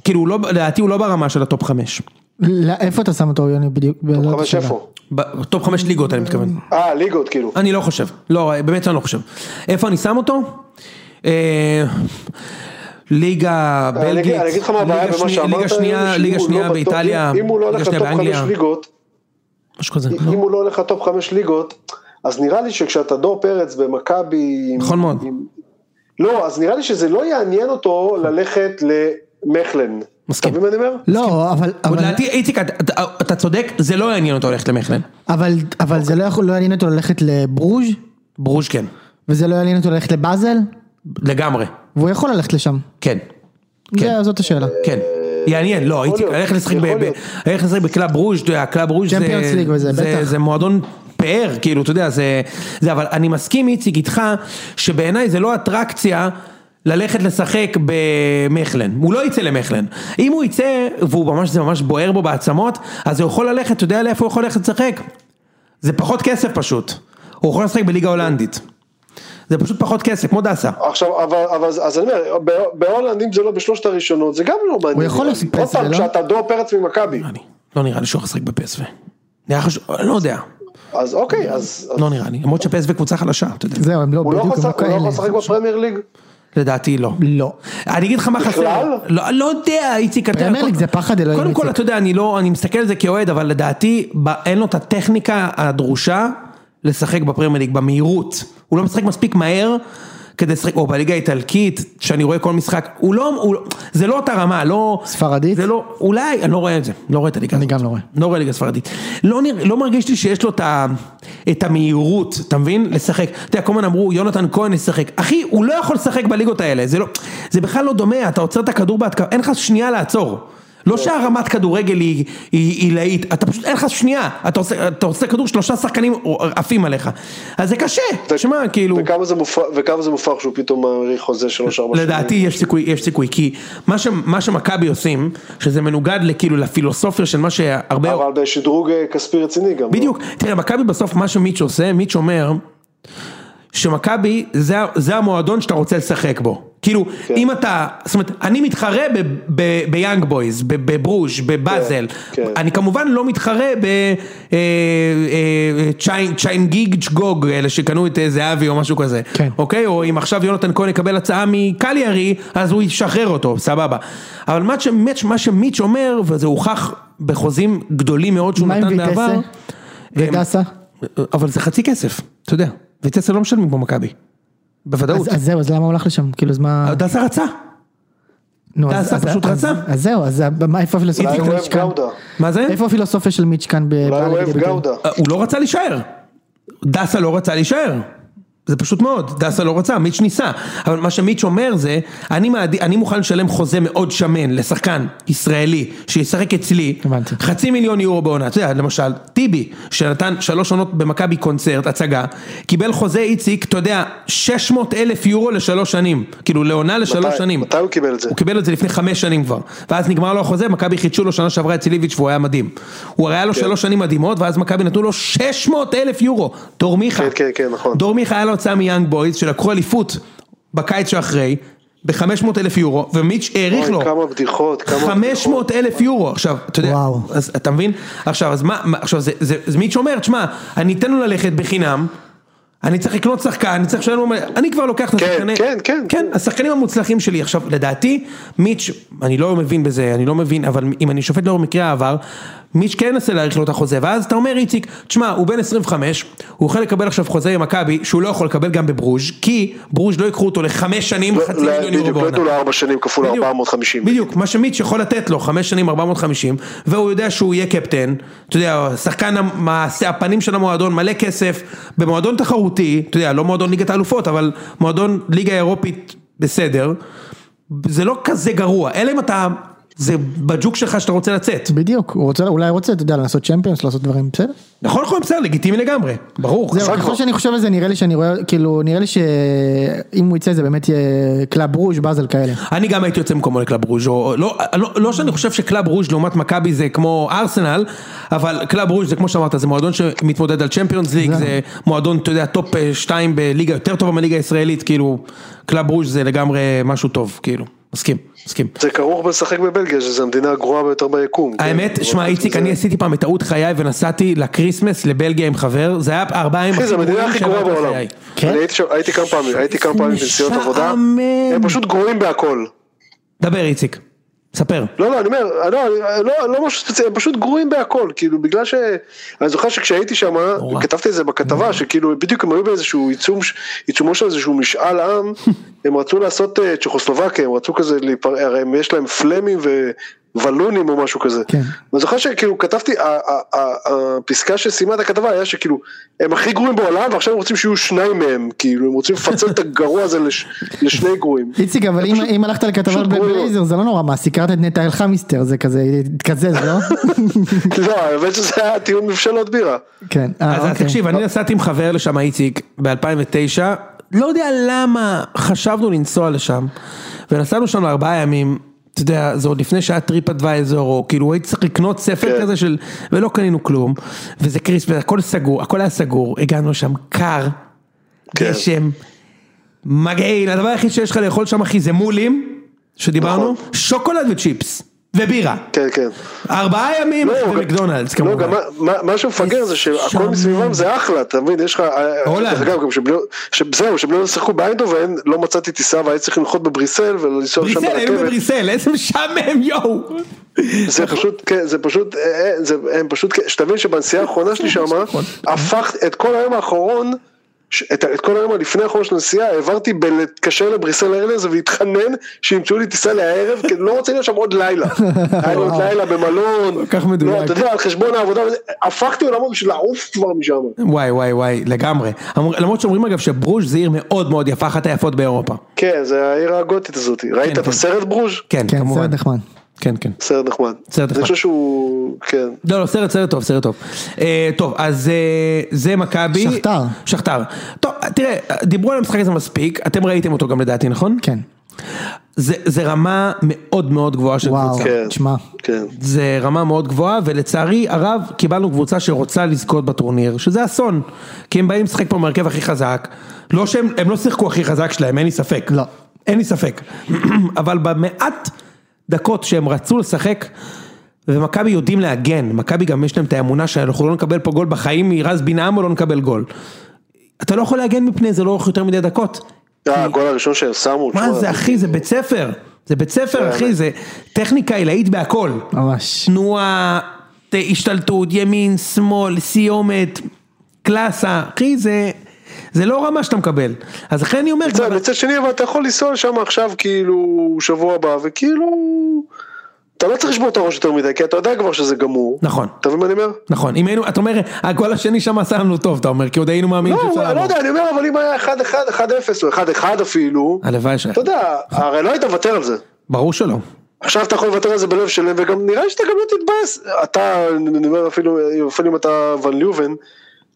כאילו, הוא לא, לדעתי הוא לא ברמה של הטופ חמש. לא, איפה אתה שם אותו יוני בדיוק? טוב, לא, זאת חמש השאלה. איפה? ב- טופ חמש ליגות, אני מתכוון. אה, ליגות כאילו. אני לא חושב, לא, באמת שאני לא חושב. איפה אני שם אותו? אה, ליגה אני בלגית, אגיד- אני אגיד לך מה הבעיה ליגה במה שני- שאמרת, ליגה שנייה, שאם ליגה הוא שנייה לא בטופ- באיטליה, אם- אם הוא לא ליגה הולך שנייה לטופ חמש באנגליה, ליגות, משהו כזה, אם הוא לא הולך לטופ חמש ליגות, אז נראה לי שכשאתה דור פרץ במכבי... עם- נכון מאוד. עם- לא, אז נראה לי שזה לא יעניין אותו ללכת למכלן. מסכים. אתה מבין מה אני אומר? לא, אבל... אבל- לדעתי, איציק, אתה- אתה- אתה צודק, זה לא יעניין אותו ללכת למכלן, אבל אבל זה לא יכול, לא יעניין אותו ללכת לברוז' ברוז' כן. וזה לא יעניין אותו ללכת לבאזל? לגמרי, והוא יכול ללכת לשם. כן. כן. זה- זאת השאלה. כן. יעניין, לא, איציק, להיות, ללכת לשחק ב- אה, יכול ב- להיות. ללכת לשחק בקלאב רוז' אתה יודע, קלאב רוז' Champions זה, League וזה, זה, בטח. זה מועדון פאר, כאילו, אתה יודע, זה, זה, אבל אני מסכים איציק איתך, שבעיניי זה לא אטרקציה. ללכת לשחק במכלן, הוא לא יצא למכלן, אם הוא יצא והוא ממש, זה ממש בוער בו בעצמות, אז הוא יכול ללכת, אתה יודע לאיפה הוא יכול ללכת לשחק? זה פחות כסף פשוט, הוא יכול לשחק בליגה הולנדית, זה פשוט פחות כסף, כמו דסה. עכשיו, אבל, אבל אז אני אומר, ב- בהולנד אם זה לא בשלושת הראשונות, זה גם לא מעניין. יכול נראה לי. לספר עוד זה, פעם, לא? כשאתה דור פרץ ממכבי, נראה לי. לא נראה לי שהוא יחזק בפסווה. נראה חשוב, לא יודע, אז אוקיי, אז... אז לא נראה לי, למרות שפסווה קבוצה חלשה, אתה יודע. זהו, הם לא הוא לא בדיוק יכול הם לשחק- הוא לא יכול לשחק בפרמייר ליג? לדעתי לא. לא. אני אגיד לך מה חסר, בכלל? לא, לא יודע איציק, אתה- פרמייר ליג זה פחד אלוהים, קודם כל איציק. אתה יודע, אני לא, אני מסתכל על זה כאוהד, אבל לדעתי ב- אין לו את הטכניקה הדרושה לשחק בפרמייר ליג, במהירות, הוא לא משחק מספיק מהר. כדי לשחק, או בליגה האיטלקית, שאני רואה כל משחק, הוא לא, הוא, לא- זה לא אותה רמה, לא... ספרדית? זה לא, אולי, אני לא רואה את זה, לא רואה את הליגה אני הזאת. גם לא רואה. לא רואה ליגה ספרדית. לא, נרא, לא מרגיש לי שיש לו את, ה, את המהירות, אתה מבין? לשחק. אתה יודע, כל הזמן אמרו, יונתן כהן ישחק. אחי, הוא לא יכול לשחק בליגות האלה, זה, לא, זה בכלל לא דומה, אתה עוצר את הכדור בהתקפה, אין לך שנייה לעצור. לא שהרמת כדורגל היא היא- עילאית, אתה פשוט אין לך שנייה, אתה עושה, אתה עושה כדור שלושה שחקנים עפים עליך. אז זה קשה, שמע, כאילו... וכמה זה מופרך- וכמה זה מופרך שהוא פתאום מאריך חוזה שלוש ארבע שנים? לדעתי יש סיכוי, יש סיכוי, כי מה, ש, מה שמכבי עושים, שזה מנוגד לכאילו לפילוסופיה של מה שהרבה... אבל בשדרוג אה, כספי רציני גם. לא? בדיוק, תראה, מכבי בסוף מה שמיץ' עושה, מיץ' אומר שמכבי זה, ה- זה המועדון שאתה רוצה לשחק בו. כאילו, כן. כן. אם אתה, זאת אומרת, אני מתחרה ב, ב, ביאנג בויז, ב, בברוז', בבאזל, כן, כן, כן. כן. אני כמובן לא מתחרה אה, בצ'יינגיג ג'גוג, אלה שקנו את אה, זהבי או משהו כזה, כן. אוקיי? או אם עכשיו יונתן כהן יקבל הצעה מקליארי, אז הוא ישחרר אותו, סבבה. אבל מה, שמיץ'- מה שמיץ' אומר, וזה הוכח בחוזים גדולים מאוד שהוא מה עם נתן ויטסה? בעבר, כן. ודסה? אבל זה חצי כסף, אתה יודע, ויטסה לא משלמים כמו מכבי, בוודאות. אז אז זהו, אז למה הוא הלך לשם? כאילו, אז מה... דסה רצה, נו, אה, דסה אז- אז- פשוט אז- רצה. אז זהו, אז מה- איפה לא הפילוסופיה אולי של הוא מיץ' אוהב כאן? גאודה. מה זה? איפה הפילוסופיה של מיץ' כאן? ב- אולי באה הוא לידי אוהב ביטוי? גאודה. אה, הוא לא רצה להישאר, דסה לא רצה להישאר. זה פשוט מאוד, דסה לא רצה, מיץ' ניסה, אבל מה שמיץ' אומר זה, אני, מעדי, אני מוכן לשלם חוזה מאוד שמן לשחקן ישראלי שישחק אצלי, הבנתי. חצי מיליון יורו בעונה, אתה יודע, למשל, טיבי, שנתן שלוש עונות במכבי קונצרט, הצגה, קיבל חוזה איציק, אתה יודע, 600 אלף יורו לשלוש שנים, כאילו לעונה לשלוש מתי- שנים. מתי הוא קיבל את זה? הוא קיבל את זה לפני חמש שנים כבר, ואז נגמר לו החוזה, מכבי חידשו לו שנה שעברה את סיליביץ' והוא היה מדהים. הוא הרי היה כן. לו שלוש שנים מדהימות, ואז מכבי נתנו לו 600 אלף יורו, דור מיכה. כן, כן, כן, נכון. דור מיכה היה לו הצעה מיאנג בויז, שלקחו אליפות בקיץ שאחרי, ב-500 אלף יורו, ומיץ' העריך אוי, לו. כמה בדיחות, כמה... בדיחות. 500 אלף יורו, עכשיו, אתה יודע, וואו. אז אתה מבין? עכשיו, אז מה, מה- עכשיו זה, זה, זה מיץ' אומר, תשמע, אני אתן לו ללכת בחינם, אני צריך לקנות שחקן, אני צריך לשלם לו, מלא." אני כבר לוקח את כן, השחקנים, כן, כן. כן, השחקנים המוצלחים שלי, עכשיו, לדעתי, מיץ', אני לא מבין בזה, אני לא מבין, אבל אם אני שופט לאור מקרה העבר, מיץ' כן ינסה להאריך לו את החוזה, ואז אתה אומר, איציק, תשמע, הוא בן 25, הוא יכול לקבל עכשיו חוזה עם מכבי, שהוא לא יכול לקבל גם בברוז', כי ברוז' לא ייקחו אותו לחמש שנים, לא- חצי לא- מיליון יורו בדיוק, לא בעונה. נתנו לו לא, ארבע שנים כפול בדיוק. 450. בדיוק, מה שמיץ' יכול לתת לו, חמש שנים 450, והוא יודע שהוא יהיה קפטן, אתה יודע, שחקן המ- הפנים של המועדון, מלא כסף, במועדון תחרותי, אתה יודע, לא מועדון ליגת האלופות, אבל מועדון ליגה אירופית בסדר, זה לא כזה גרוע, אלא אם אתה, זה בג'וק שלך שאתה רוצה לצאת. בדיוק, הוא רוצה, אולי רוצה, אתה יודע, לעשות צ'מפיונס, לעשות דברים, בסדר? נכון, נכון, בסדר, לגיטימי לגמרי, ברור. זהו, ככל שאני חושב על זה, נראה לי שאני רואה, כאילו, נראה לי שאם הוא יצא זה באמת יהיה קלאב רוז' באזל כאלה. אני גם הייתי יוצא במקומו לקלאב רוז', או לא, לא, לא שאני חושב שקלאב רוז' לעומת מכבי זה כמו ארסנל, אבל קלאב רוז' זה כמו שאמרת, זה מועדון שמתמודד על צ'מפיונס ליג, זה מועדון, אתה יודע, טופ 2 בליגה יותר טובה מהליגה הישראלית, כאילו, קלאב רוז' זה לגמרי משהו טוב, כאילו, מסכים, מסכים. זה כרוך בלשחק בבלגיה, שזו המדינה הגרועה ביותר ביקום. כן. האמת, שמע אבל איציק, זה- אני עשיתי פעם את טעות חיי ונסעתי לקריסמס לבלגיה עם חבר, זה היה ארבעה ימים אחי, זו המדינה הכי גרועה שעברתי בעולם. בחיי. כן? אני הייתי שם- הייתי כמה פעמים, הייתי כמה פעמים בנסיעות עבודה. משעמם. הם פשוט גרועים בהכל. דבר איציק, ספר. לא, לא, אני אומר, לא, אני- לא, לא משהו ספציפי, הם פשוט גרועים בהכל, כאילו, בגלל ש... אני זוכר שכשהייתי שם, כתבתי את זה בכתבה, שכאילו, בדיוק הם היו באיזשהו עיצום, ש- עיצומו של איזשהו משאל עם, הם רצו לעשות אה, צ'כוסלובקיה, הם רצו כזה, להיפר... הרי הם- יש להם פלמים ו... ולונים או משהו כזה. כן. ואני זוכר שכאילו כתבתי, ה- ה- ה- הפסקה שסיימה את הכתבה היה שכאילו, הם הכי גרועים בעולם ועכשיו הם רוצים שיהיו שניים מהם, כאילו הם רוצים לפצל את הגרוע הזה לש, לשני גרועים. איציק, אבל אם- פשוט- אם הלכת לכתבה פשוט גרוע. בבלייזר זה לא נורא, מה, סיקרת את נטע אלחמיסטר, זה כזה, התקזז, לא? לא, האמת שזה היה טיעון מבשלות בירה. כן, אה, אז אז אוקיי. תקשיב, אני נסעתי עם חבר לשם, איציק, ב-2009, לא יודע למה חשבנו לנסוע לשם, ונסענו שם לארבעה ימים. אתה יודע, זה עוד לפני שהיה טריפ אדוויזור, או כאילו הייתי צריך לקנות ספר כן. כזה של... ולא קנינו כלום, וזה קריספ, והכל סגור, הכל היה סגור, הגענו שם קר, כן. גשם, מגעיל, הדבר היחיד שיש לך לאכול שם אחי זה מולים, שדיברנו, נכון. שוקולד וצ'יפס, ובירה, כן, כן. ארבעה ימים לא, גם- במקדונלדס לא, כמובן. גם מה- מה- מה שמפגר זה שהכל שם. מסביבם זה אחלה, אתה מבין? יש לך... הולנד. דרך אגב, גם שבני... זהו, שבני יהודה שיחקו באיינדובן, לא מצאתי טיסה והייתי צריך לנחות בבריסל ולנסוע לשם בריסל, היינו ברכבת. בבריסל, איזה משעמם, יואו. זה נכון. פשוט, כן, זה פשוט, אה, אה, זה, הם פשוט, כן, שתבין שבנסיעה האחרונה שלי כן, שם, נכון. הפכת את כל היום האחרון, ש- את, ה- את כל היום הלפני האחרון של הנסיעה, העברתי בלהתקשר לבריסל איירליינס ולהתחנן שימצאו לי טיסה לערב, כי לא רוצה להיות שם עוד לילה. היה לי עוד לילה במלון, כל כך מדויק. לא, אתה יודע, על חשבון העבודה, וזה, הפכתי עולמות בשביל לעוף כבר משם. וואי וואי וואי, לגמרי. אמר- למרות שאומרים אגב שברוז' זה עיר מאוד מאוד יפה, אחת היפות באירופה. כן, זה העיר הגותית הזאת. ראית כן, את כן. הסרט ברוז'? כן, כן, כמובן. סרט נחמד. כן, כן. סרט נחמד. סרט נחמד. אני חושב שהוא, כן. לא, לא, סרט, סרט טוב, סרט טוב. אה, טוב, אז אה, זה מכבי. שכתר. שכתר. טוב, תראה, דיברו על המשחק הזה מספיק, אתם ראיתם אותו גם לדעתי, נכון? כן, זה זה רמה מאוד מאוד גבוהה של וואו, קבוצה. כן. תשמע, כן. זה רמה מאוד גבוהה, ולצערי הרב קיבלנו קבוצה שרוצה לזכות בטורניר, שזה אסון, כי הם באים לשחק פה עם ההרכב הכי חזק, לא שהם, הם לא שיחקו הכי חזק שלהם, אין לי ספק. לא. אין לי ספק. אבל במעט דקות שהם רצו לשחק, ומכבי יודעים להגן, מכבי גם יש להם את האמונה שאנחנו לא נקבל פה גול בחיים מרז בינעם או לא נקבל גול. אתה לא יכול להגן מפני זה, לא אורך יותר מדי דקות. אה, הגול הראשון שהם שמו, כן. מה תשמע, זה אחי, זה בית ספר, זה בית ספר לא. כן. אחי, זה טכניקה עילאית בהכל. ממש. תנועה, ת- השתלטות, ימין, שמאל, סיומת, קלאסה, אחי זה, זה לא רמה שאתה מקבל. אז לכן אני אומר, מצד- כבר- מצד שני אבל אתה יכול לנסוע לשם עכשיו כאילו שבוע הבא וכאילו אתה לא צריך לשבור את הראש יותר מדי כי אתה יודע כבר שזה גמור. נכון. אתה מבין מה אני אומר? נכון, אם היינו, אתה אומר, הגול השני שם עשה לנו טוב, אתה אומר, כי עוד היינו מאמינים לא, שאפשר אני לא לעבור. יודע, אני אומר אבל אם היה 1-1, 1-0 או 1-1 אפילו, הלוואי ש... אתה יודע, הרי לא היית מוותר על זה. ברור שלא. עכשיו אתה יכול לוותר על זה בלב שלם וגם נראה לי שאתה גם לא תתבאס. אתה, אני אומר אפילו, אפילו אם אתה ון ליובן,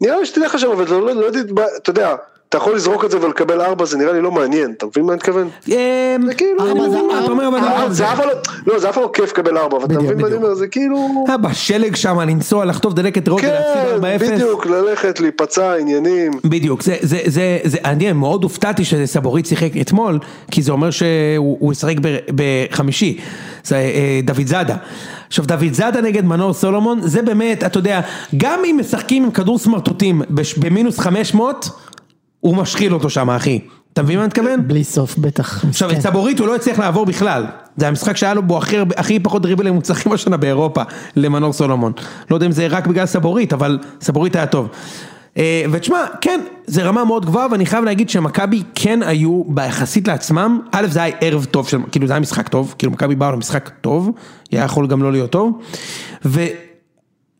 נראה לי שתלך לשם אבל לא, לא תתבאס, אתה יודע, אתה יכול לזרוק את זה ולקבל 4 זה נראה לי לא מעניין, אתה מבין מה אני מתכוון? אה, זה כאילו- אני ארבע זה מבין מה אתה אומר, אבל ארבע- לא על זה. זה אף פעם לא, לא, זה אף פעם לא כיף לקבל ארבע, ואתה בדיוק, מבין מה אני בדיוק. אומר, זה כאילו, אה, אוקיי, בשלג שם, לנסוע, לחטוף דלקת רוג כן, ולהפסיד 4-0. בדיוק, ללכת, להיפצע, עניינים, בדיוק, זה, זה, זה, זה, אני מאוד הופתעתי שסבורית שיחק אתמול, כי זה אומר שהוא הוא ישחק ב- בחמישי, זה אה, דוד זאדה. עכשיו דוד זאדה נגד מנור סולומון, זה באמת, אתה יודע, גם אם משחקים עם כדור סמרטוטים בש- במינוס 500, הוא משחיל אותו שם אחי. אתה מבין מה אני מתכוון? בלי סוף, בטח. עכשיו כן. את סבורית הוא לא הצליח לעבור בכלל, זה המשחק שהיה לו בו הכי, הרבה- הכי פחות דריבלים מוצלחים השנה באירופה, למנור סולומון. לא יודע אם זה רק בגלל סבורית, אבל סבורית היה טוב. אה, ותשמע, כן, זה רמה מאוד גבוהה, ואני חייב להגיד שמכבי כן היו, ביחסית לעצמם, א' זה היה ערב טוב, של, כאילו זה היה משחק טוב, כאילו מכבי באו למשחק טוב, היה יכול גם לא להיות טוב, ואני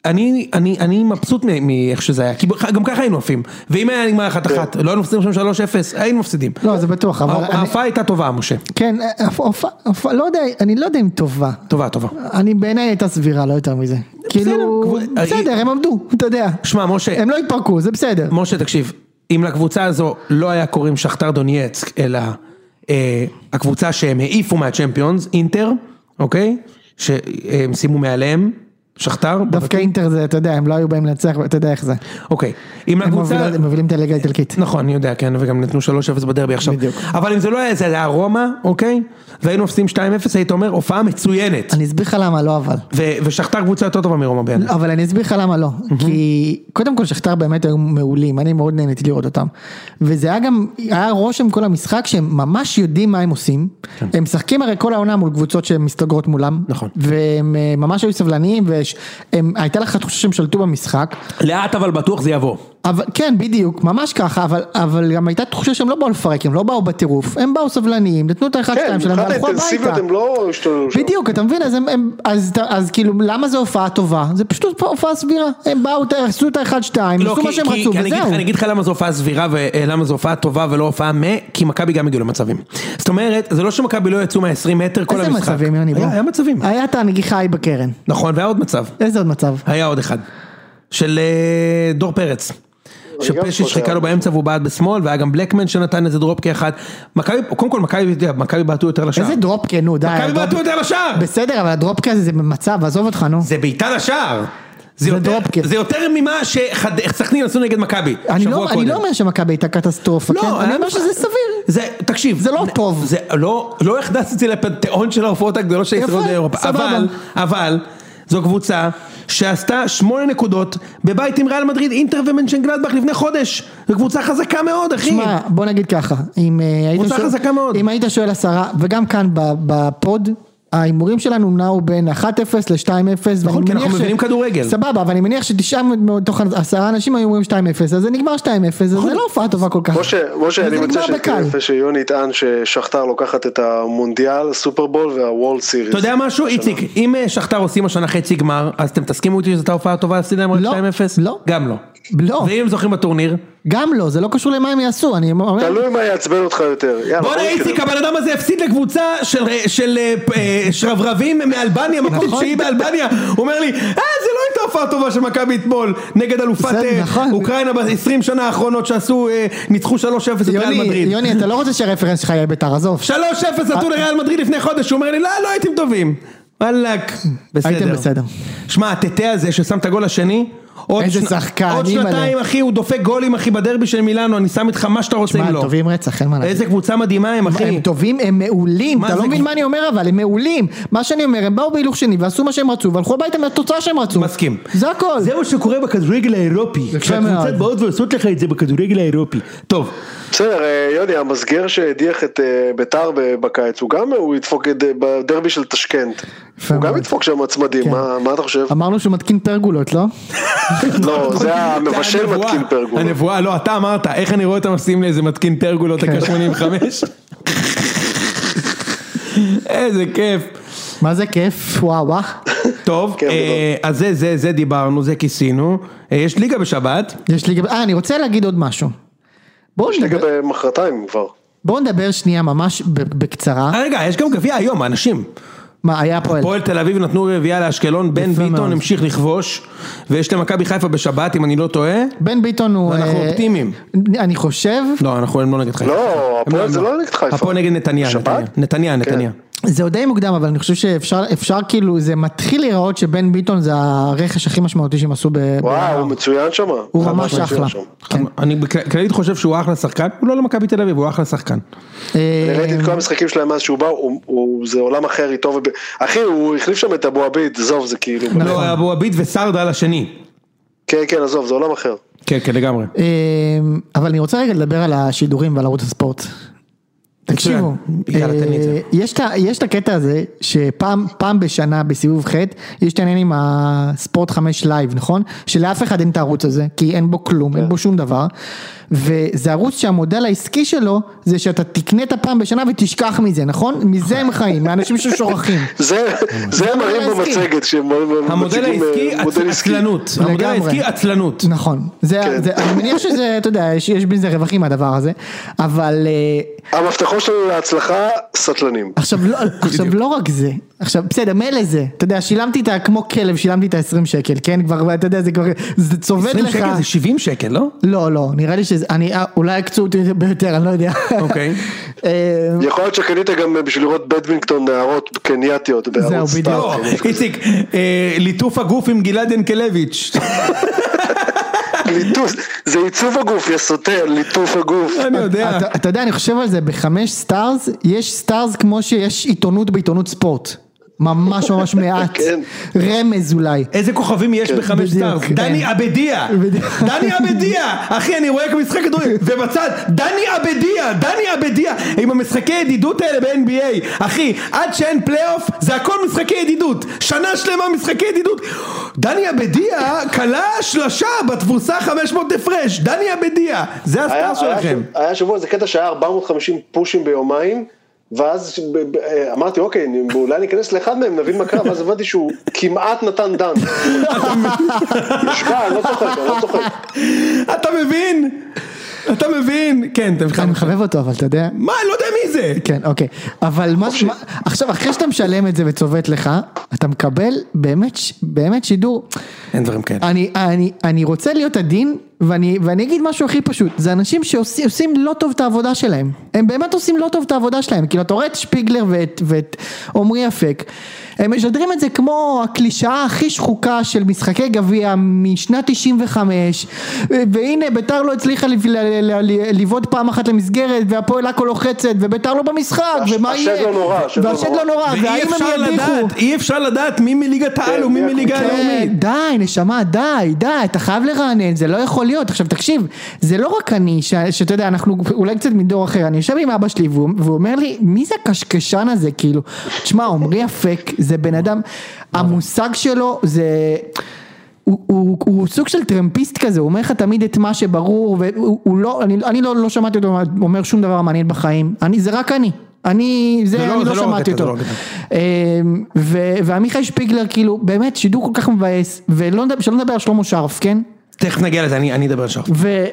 אני, אני מבסוט מ- מאיך שזה היה, כי גם ככה היינו עפים, ואם היה נגמר אחת אחת, לא היינו מפסידים שם 3-0, היינו מפסידים. לא, זה בטוח, אבל... אני- ההופעה הייתה טובה, משה. כן, הפ- הפ- הפ- לא יודע, אני לא יודע אם טובה. טובה, טובה. אני בעיניי הייתה סבירה, לא יותר מזה. כאילו, קבוצ- בסדר, הם עמדו, אתה יודע. שמע, משה, הם לא התפרקו, זה בסדר. משה, תקשיב, אם לקבוצה הזו לא היה קוראים שכתר דונייצק, אלא אה, הקבוצה שהם העיפו מהצ'מפיונס, אינטר, אוקיי? שהם שימו מעליהם, שכתר. דווקא אינטר זה, אתה יודע, הם לא היו באים לנצח, אתה יודע איך זה. אוקיי. אם הם לקבוצה... מובילים- הם מובילים את הליגה האיטלקית. נכון, אני יודע, כן, וגם נתנו 3-0 בדרבי עכשיו. בדיוק. אבל אם זה לא היה, זה היה רומא, אוקיי? והיינו עושים 2-0, היית אומר, הופעה מצוינת. אני אסביר לך למה לא אבל. ו- ושכתר קבוצה יותר טובה מרומא בעיניי. אבל אני אסביר לך למה לא, כי קודם כל שכתר באמת היו מעולים, אני מאוד נהניתי לראות אותם. וזה היה גם, היה רושם כל המשחק שהם ממש יודעים מה הם עושים. הם משחקים הרי כל העונה מול קבוצות שמסתגרות מולם. נכון. והם אה, ממש היו סבלניים, באש, הם, הייתה לך תחושה שהם שלטו במשחק, לאט אבל בטוח זה יבוא. אבל כן בדיוק, ממש ככה, אבל, אבל גם הייתה תחושה שהם לא באו לפרק, הם לא באו בטירוף, הם באו סבלניים, נתנו את האחד כן, שלהם שלהם מבחינת והלכו האינטנסיביות הביתה. הם לא השתוללו שם. בדיוק, אתה מבין? אז, הם, הם, אז, אתה- אז כאילו, למה זו הופעה טובה? זה פשוט הופעה סבירה. הם באו, עשו את האחד-שתיים, לא, כאילו, עשו כי- מה שהם כי- רצו, כי אני אגיד לך- וזהו. אני אגיד לך למה זו הופעה סבירה ולמה זו הופעה טובה ולא הופעה מ... כי מכבי גם הגיעו למצבים. זאת אומרת, זה לא שמכבי לא יצאו מה-20 מטר כל איזה המשחק. מצבים, יוני? היה בוא. אה. היה מצבים. היה את הנגיחה ההיא בקרן. נכון, והיה עוד מצב. איזה עוד מצב? היה עוד אחד. של אה, דור פרץ. שפשי חושב. שחיקה לו באמצע והוא בעט בשמאל, והיה גם בלקמן שנתן איזה דרופקי אחד. מכבי, קודם כל מכבי, אתה יודע, מכבי בעטו יותר לשער. איזה אה, דרופקה, נו, די. מכבי הדרופ- בעטו יותר לשער! בסדר, אבל הדרופקה הזה זה במצב, עזוב אותך, נו. זה בעיטה לשער! זה זה יותר- דרופקי. זה יותר ממה שסכנין עשו נגד מכבי. אני שבוע לא אני קודם. לא, לא אומר שמכבי הייתה קטסטרופה, כן? אני היה אומר משחק- שזה סביר. אוקיי? אה, זה, תקשיב. זה לא נ- טוב. זה לא, לא הכנסתי את זה לפנתיאון של ההופעות הגדולות של יפה, הישראלים באירופה. סבבה. אבל, אבל, זו קבוצה שעשתה שמונה נקודות בבית עם ריאל מדריד, אינטר ומנצ'נגלדבך לפני חודש. זו קבוצה חזקה מאוד, אחי. שמע, בוא נגיד ככה, אם אה, היית קבוצה שואל- חזקה מאוד. אם היית שואל עשרה, וגם כאן ב- בפוד, ההימורים שלנו נעו בין 1-0 ל-2-0, נכון, כי אנחנו מבינים כדורגל. סבבה, אבל אני מניח שתשעה מתוך עשרה אנשים היו אומרים 2-0, אז זה נגמר 2-0, אז נכון. זה לא הופעה טובה כל כך. משה, משה, וזה אני מציע נגמר בקל. שתראה שיוני יטען ששכתר לוקחת את המונדיאל, הסופרבול והוולד סיריס. אתה יודע משהו, איציק, אם אה, שכתר עושים השנה חצי גמר, אז אתם תסכימו איתי שזו הייתה הופעה טובה להפסיד להם רק 2-0? לא, לא. גם לא. לא, ואם הם זוכים בטורניר? גם לא, זה לא קשור למה הם יעשו, אני אומר, תלוי מה יעצבן אותך יותר. יאללה, בואנה בוא נתקדם. איציק, הבן אדם הזה הפסיד לקבוצה של- של אה, פ- אה, שרברבים מאלבניה, מקום נכון. שהיא באלבניה. הוא אומר לי, אה, זה לא הייתה הופעה טובה של מכבי אתמול, נגד אלופת בסדר, אה, נכון. אוקראינה ב-20 שנה האחרונות שעשו, אה, ניצחו 3-0 את ריאל יוני, אה. מדריד. יוני, אתה לא רוצה שהרפרנס שלך יהיה בית"ר, עזוב. 3-0 נתנו לריאל מדריד לפני חודש, הוא אומר לי, לא, לא הייתם טובים. וואלאק, בסדר. הייתם בסדר. שמע, הטאטא הזה ששם את הגול השני, עוד איזה שנ- שחקן, עוד אימא'לה. שנתיים אחי, הוא דופק גולים אחי בדרבי של מילאנו, אני שם איתך מה שאתה רוצה מה, אם הם לא. טובים רצח, אין מה להגיד. איזה קבוצה מדהימה הם אחי. הם טובים, הם מעולים, מה אתה זה לא מבין כבר- מה אני אומר אבל, הם מעולים. מה שאני אומר, הם באו בהילוך שני ועשו מה שהם רצו, והלכו הביתה מהתוצאה שהם רצו. מסכים. זה הכל. זה מה שקורה בכדורגל האירופי. יפה כשהקבוצות מאוד. באות ועושות לך את זה בכדורגל האירופי. טוב, בסדר, אה, יוני, המסגר שהדיח את אה, ביתר ב- בקיץ, הוא גם, אה, הוא ידפוק את- בדרבי של טשקנט. יפה הוא גם מאוד. ידפוק שם הצמדים, כן. מה מה אתה חושב? אמרנו שהוא מתקין פרגולות, לא? לא, זה המבשל הנבואה. מתקין פרגולה. הנבואה, לא, אתה אמרת, איך אני רואה אותם מפסידים לאיזה מתקין פרגולות, דקה כן. 85? איזה כיף. מה זה כיף, וואו אה. וואו. טוב, כיף אה, אז זה, זה, זה דיברנו, זה כיסינו. אה, יש ליגה בשבת. יש לי גם... אה, אני רוצה להגיד עוד משהו. בואו יש נדבר- לגבי מחרתיים כבר. בואו נדבר שנייה ממש ב- בקצרה. אה, רגע, יש גם גביע היום, האנשים. מה, היה פועל. הפועל תל אביב נתנו רביעייה לאשקלון, בן יפה ביטון מאוד. המשיך לכבוש, ויש למכבי חיפה בשבת, אם אני לא טועה. בן ביטון הוא... ואנחנו אה, אופטימיים. אני חושב, לא, אנחנו הם לא נגד חיפה. לא, הם הפועל זה הם לא נגד חיפה. כן. הפועל נגד נתניה. שבת? נתניה, נתניה, נתניה. זה עוד די מוקדם, אבל אני חושב שאפשר אפשר כאילו, זה מתחיל להיראות שבן ביטון זה הרכש הכי משמעותי שהם עשו ב... וואו, הוא מצוין שם. הוא חד ממש משמעית אחלה. שם. כן. אמ, אני בכ- כללית חושב שהוא אחלה שחקן, הוא לא למכבי תל אביב, הוא אחלה שחקן. אה, אני ראיתי את כל המשחקים שלהם מאז שהוא בא, הוא- הוא- זה עולם אחר איתו. וב- אחי, הוא החליף שם את אבו עביד, עזוב, זה כאילו... נכון. לא, היה אבו עביד וסרדה על השני. כן, כן, עזוב, זה עולם אחר. כן, כן, לגמרי. אמ, אבל אני רוצה רגע לדבר על השידורים ועל ערוץ הספורט. תקשיבו, יאללה, תן לי את זה. אה, יש את ה- יש את הקטע הזה שפעם פעם בשנה בסיבוב ח' יש את העניין עם הספורט 5 לייב נכון? שלאף אחד אין את הערוץ הזה כי אין בו כלום כן. אין בו שום דבר וזה ערוץ שהמודל העסקי שלו זה שאתה תקנה את הפעם בשנה ותשכח מזה נכון? מזה הם חיים מאנשים ששוכחים. זה זה הם מראים נכון. המודל העסקי. במצגת, שהם מציגים המודל העסקי, אה, מודל עצ- עסקי. עצלנות. המודל לגמרי. העסקי, עצלנות. נכון, זה, כן. זה, אני מניח שזה, אתה יודע, יש, יש בזה רווחים מהדבר הזה, אבל אה, המפתחות שלנו להצלחה, סטלנים. עכשיו לא, עכשיו לא רק זה, עכשיו בסדר מילא זה, אתה יודע שילמתי את ה... כמו כלב שילמתי את ה-20 שקל, כן כבר אתה יודע זה כבר, זה צובט 20 נכון. לך, שקל זה 70 שקל, לא? לא לא נראה לי שזה, אני אה, אולי יקצו אותי ביותר אני לא יודע, אוקיי. אה, יכול להיות שקנית גם אה, בשביל לראות בדמינגטון נערות קנייתיות בערוץ זהו, בדיוק. לא, סטארט. איציק, אה, ליטוף הגוף עם גלעד ינקלביץ'. ליטוף, זה עיצוב הגוף, יא סוטר, ליטוף הגוף. אני יודע. אתה- אתה יודע אני חושב על זה בחמש סטארס יש סטארס כמו שיש עיתונות בעיתונות ספורט. ממש ממש מעט, כן. רמז אולי. איזה כוכבים יש בחמש בדיוק, סטארס? כן. דני אבדיה! בדיוק. דני אבדיה! אחי, אני רואה משחק כדורגל, ובצד, דני אבדיה! דני אבדיה! עם המשחקי ידידות האלה ב-NBA. אחי, עד שאין פלייאוף, זה הכל משחקי ידידות. שנה שלמה משחקי ידידות. דני אבדיה כלה שלשה בתבוסה 500 הפרש. דני אבדיה! זה הסטאר היה- שלכם. היה היה שבוע איזה קטע שהיה 450 פושים ביומיים, ואז ב- ב- אה, אמרתי, אוקיי, אני- אולי ניכנס לאחד מהם, נבין מה קרה, ואז הבנתי שהוא כמעט נתן דן. שמע, אני לא צוחק, אני לא צוחק. אתה מבין? אתה מבין? כן, תמשיך. אני מחבב אותו אבל אתה יודע. מה, אני לא יודע מי זה! כן, אוקיי. אבל מה, מה, עכשיו, אחרי שאתה משלם את זה וצובט לך, אתה מקבל באמת, ש- באמת שידור. אין דברים כן. כאלה. אני, אני, אני רוצה להיות עדין, ואני, ואני אגיד משהו הכי פשוט, זה אנשים שעושים עושים לא טוב את העבודה שלהם. הם באמת עושים לא טוב את העבודה שלהם. כאילו, אתה רואה את שפיגלר ואת, ואת עמרי אפק, הם משדרים את זה כמו הקלישאה הכי שחוקה של משחקי גביע משנת 95, והנה ביתר לא הצליחה לב- ל- ל- ל- לבעוט פעם אחת למסגרת, והפועל עכו לוחצת, וביתר לא במשחק, והש- ומה השד יהיה? לא נורא, השד לא והשד נורא. לא נורא, ואי והאם אפשר הם כן, ידיחו? לדעת, אי אפשר לדעת מי מליגת העל ומי מי מליגה הקבוצה. הלאומית. כן, די, נשמה, די, די, אתה חייב לרענן, זה לא יכול להיות. עכשיו תקשיב, זה לא רק אני, ש- שאתה יודע, אנחנו אולי קצת מדור אחר, אני יושב עם אבא שלי והוא והוא אומר לי, מי זה הקשקשן הזה, כאילו? תשמע, עמרי אפק, זה בן אדם, המושג שלו זה... הוא, הוא, הוא סוג של טרמפיסט כזה, הוא אומר לך תמיד את מה שברור, והוא הוא לא, אני, אני לא, לא שמעתי אותו אומר שום דבר מעניין בחיים, אני, זה רק אני, אני, זה, זה לא- אני זה לא, לא שמעתי הקטע, זה אותו. לא הקטע. אמ, ו- ועמיחי שפיגלר כאילו באמת שידור כל כך מבאס ולא נדבר, שלא נדבר על שלמה שרף כן תכף נגיע לזה, אני אני אדבר על שחר. ו...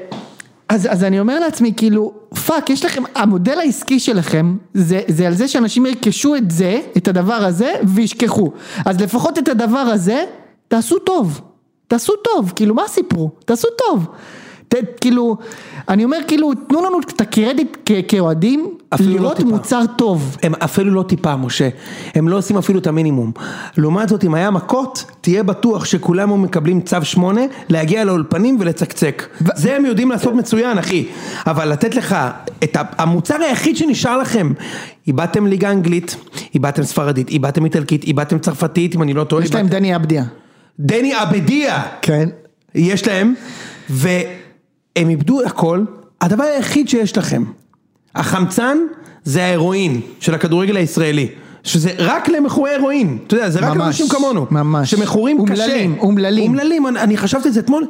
אז, אז אני אומר לעצמי כאילו פאק יש לכם המודל העסקי שלכם זה, זה על זה שאנשים ירכשו את זה את הדבר הזה וישכחו אז לפחות את הדבר הזה תעשו טוב תעשו טוב כאילו מה הסיפור תעשו טוב ת, כאילו אני אומר כאילו תנו לנו את הקרדיט כ- כאוהדים אפילו לא לראות טיפה. מוצר טוב הם אפילו לא טיפה, משה. הם לא עושים אפילו את המינימום. לעומת זאת, אם היה מכות, תהיה בטוח שכולם מקבלים צו שמונה, להגיע לאולפנים ולצקצק. זה הם יודעים לעשות מצוין, אחי. אבל לתת לך את ה- המוצר היחיד שנשאר לכם. איבדתם ליגה אנגלית, איבדתם ספרדית, איבדתם איטלקית, איבדתם צרפתית, אם אני לא טועה. יש להם איבדתם- דני עבדיה דני אבדיה! כן יש להם, והם איבדו הכל, הדבר היחיד שיש לכם, החמצן זה ההירואין של הכדורגל הישראלי, שזה רק למכורי הירואין, אתה יודע, זה רק ממש, לאנשים כמונו, ממש. שמכורים קשה, אומללים, אומללים. אומללים, אני, אני חשבתי את זה אתמול,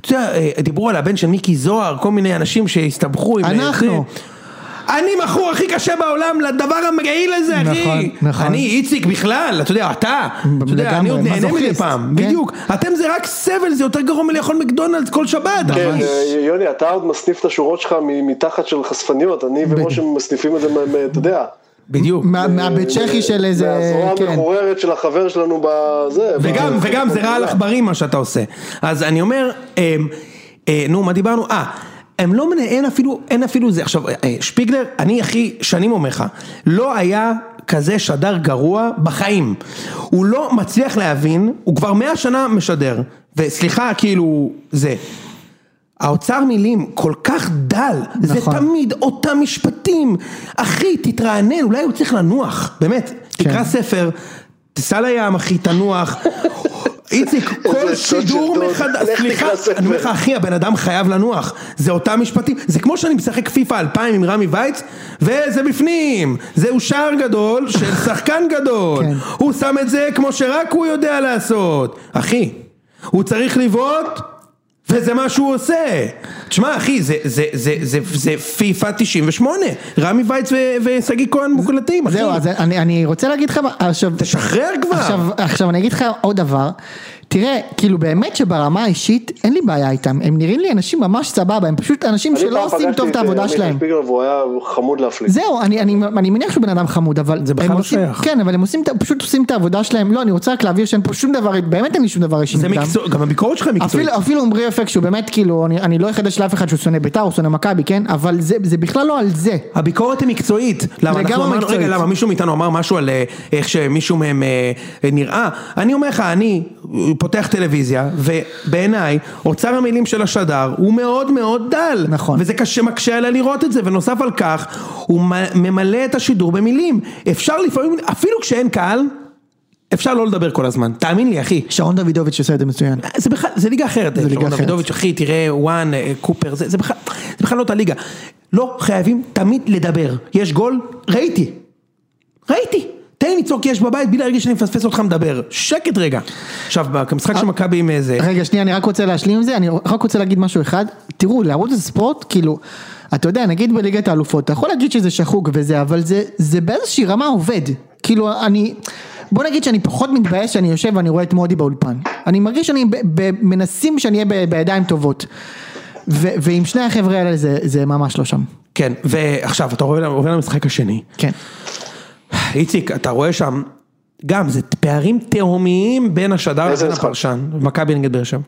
אתה יודע, אה, דיברו על הבן של מיקי זוהר, כל מיני אנשים שהסתבכו עם... אה, אנחנו. זה. אני מכור הכי קשה בעולם לדבר המגעיל הזה, אחי. נכון, נכון. אני איציק בכלל, אתה יודע, אתה, אתה יודע, אני לגמרי, עוד נהנה מדי מזוכיסט, פעם, כן. בדיוק. אתם זה רק סבל, זה יותר גרוע מלאכול מקדונלדס כל שבת, כן, אחי. אה, יוני, אתה עוד מסניף את השורות שלך מ- מתחת של חשפניות, אני ומשה מסניפים את זה, מה- מה- אתה יודע. בדיוק. מה- מהבית צ'כי של איזה, אה, מהזרוע כן. המחוררת של החבר שלנו בזה. וגם, ב- וגם זה רעל עכברים מה שאתה עושה. אז אני אומר, אמ, אה, נו, מה דיברנו? אה. הם לא, מנה- אין אפילו, אין אפילו זה, עכשיו, אה, אה, שפיגלר, אני הכי, שנים אומר לך, לא היה כזה שדר גרוע בחיים. הוא לא מצליח להבין, הוא כבר מאה שנה משדר, וסליחה, כאילו, זה, האוצר מילים כל כך דל, נכון. זה נכון. תמיד אותם משפטים. אחי, תתרענן, אולי הוא צריך לנוח, באמת. כן. תקרא ספר, תיסע לים, אחי, תנוח. איציק, כל עצות של שידור דוד. מחדש, לך סליחה, תקרא ספר. אני אומר לך, אחי, הבן אדם חייב לנוח. זה אותם משפטים, זה כמו שאני משחק פיפא 2000 עם רמי וייץ, וזה בפנים. זהו שער גדול של שחקן גדול. כן. הוא שם את זה כמו שרק הוא יודע לעשות. אחי, הוא צריך לבעוט, וזה מה שהוא עושה. תשמע, אחי, זה, זה, זה, זה, זה, פיפא 98. רמי וייץ ו- ושגיא כהן מוקלטים, אחי. זהו, אז אני, אני רוצה להגיד לך, מה- עכשיו, תשחרר כבר. עכשיו, עכשיו אני אגיד לך עוד דבר, תראה, כאילו באמת שברמה האישית, אין לי בעיה איתם, הם נראים לי אנשים ממש סבבה, הם פשוט אנשים אני שלא פעם עושים פגשתי אה, טוב את העבודה עמיחי שלהם. שפיגלר והוא היה חמוד להפליא. זהו, אני, אני, אני מניח שהוא בן אדם חמוד, אבל זה בכלל הם לא עושים, שייך. כן, אבל הם עושים, את- פשוט עושים את העבודה שלהם, לא, אני רוצה רק להבהיר שאין פה שום דבר, באמת אין לי שום דבר אישי זה איתם. מקצוע, גם הביקורת שלך היא מקצועית. אפילו, אפילו עמרי אפק שהוא באמת כאילו, אני, אני לא אחדש לאף אחד שהוא שונא בית"ר, הוא שונא מכבי, כן? אבל זה, זה בכלל לא על זה. הביקורת היא מקצועית, למה לגמרי אנחנו אמרנו, מקצועית. רגע למה מישהו מאיתנו אמר משהו על אה, איך שמישהו מהם אה, אה, נראה, אני אומר לך, אני אה, פותח טלוויזיה, ובעיניי אוצר המילים של השדר הוא מאוד מאוד דל, נכון. וזה קשה, מקשה עליה לראות את זה, ונוסף על כך, הוא מ- ממלא את השידור במילים, אפשר לפעמים, אפילו כשאין קהל, אפשר לא לדבר כל הזמן, תאמין לי אחי. שרון דוידוביץ' עושה את זה מצוין. זה בכלל, זה ליגה אחרת, ליגה שרון אחרת. דוידוביץ', אחי, תראה, וואן, אה, קופר, זה זה בכלל זה בכלל לא אותה ליגה. לא חייבים תמיד לדבר. יש גול? ראיתי. ראיתי. תן לי לצעוק יש בבית בלי להרגיש שאני מפספס אותך מדבר. שקט רגע. עכשיו, במשחק אה, של מכבי עם אה, איזה... רגע, שנייה, אני רק רוצה להשלים עם זה, אני רק רוצה להגיד משהו אחד. תראו, לערוץ הספורט, כאילו, אתה יודע, נגיד בליגת האלופות, אתה יכול להגיד שזה שחוק וזה, אבל זה, זה באיזושהי רמה עובד. כאילו, אני... בוא נגיד שאני פחות מתבאס שאני יושב ואני רואה את מודי באולפן. אני מרגיש שאני... ב, ב, מנסים שאני אהיה ב, בידיים טובות. ו, ועם שני החבר'ה האלה זה, זה ממש לא שם. כן, ועכשיו, אתה עובר עובר למשחק השני. כן. איציק, אתה רואה שם, גם זה פערים תהומיים בין השדר איזה לבין משחק? הפרשן, מכבי נגד באר שבע.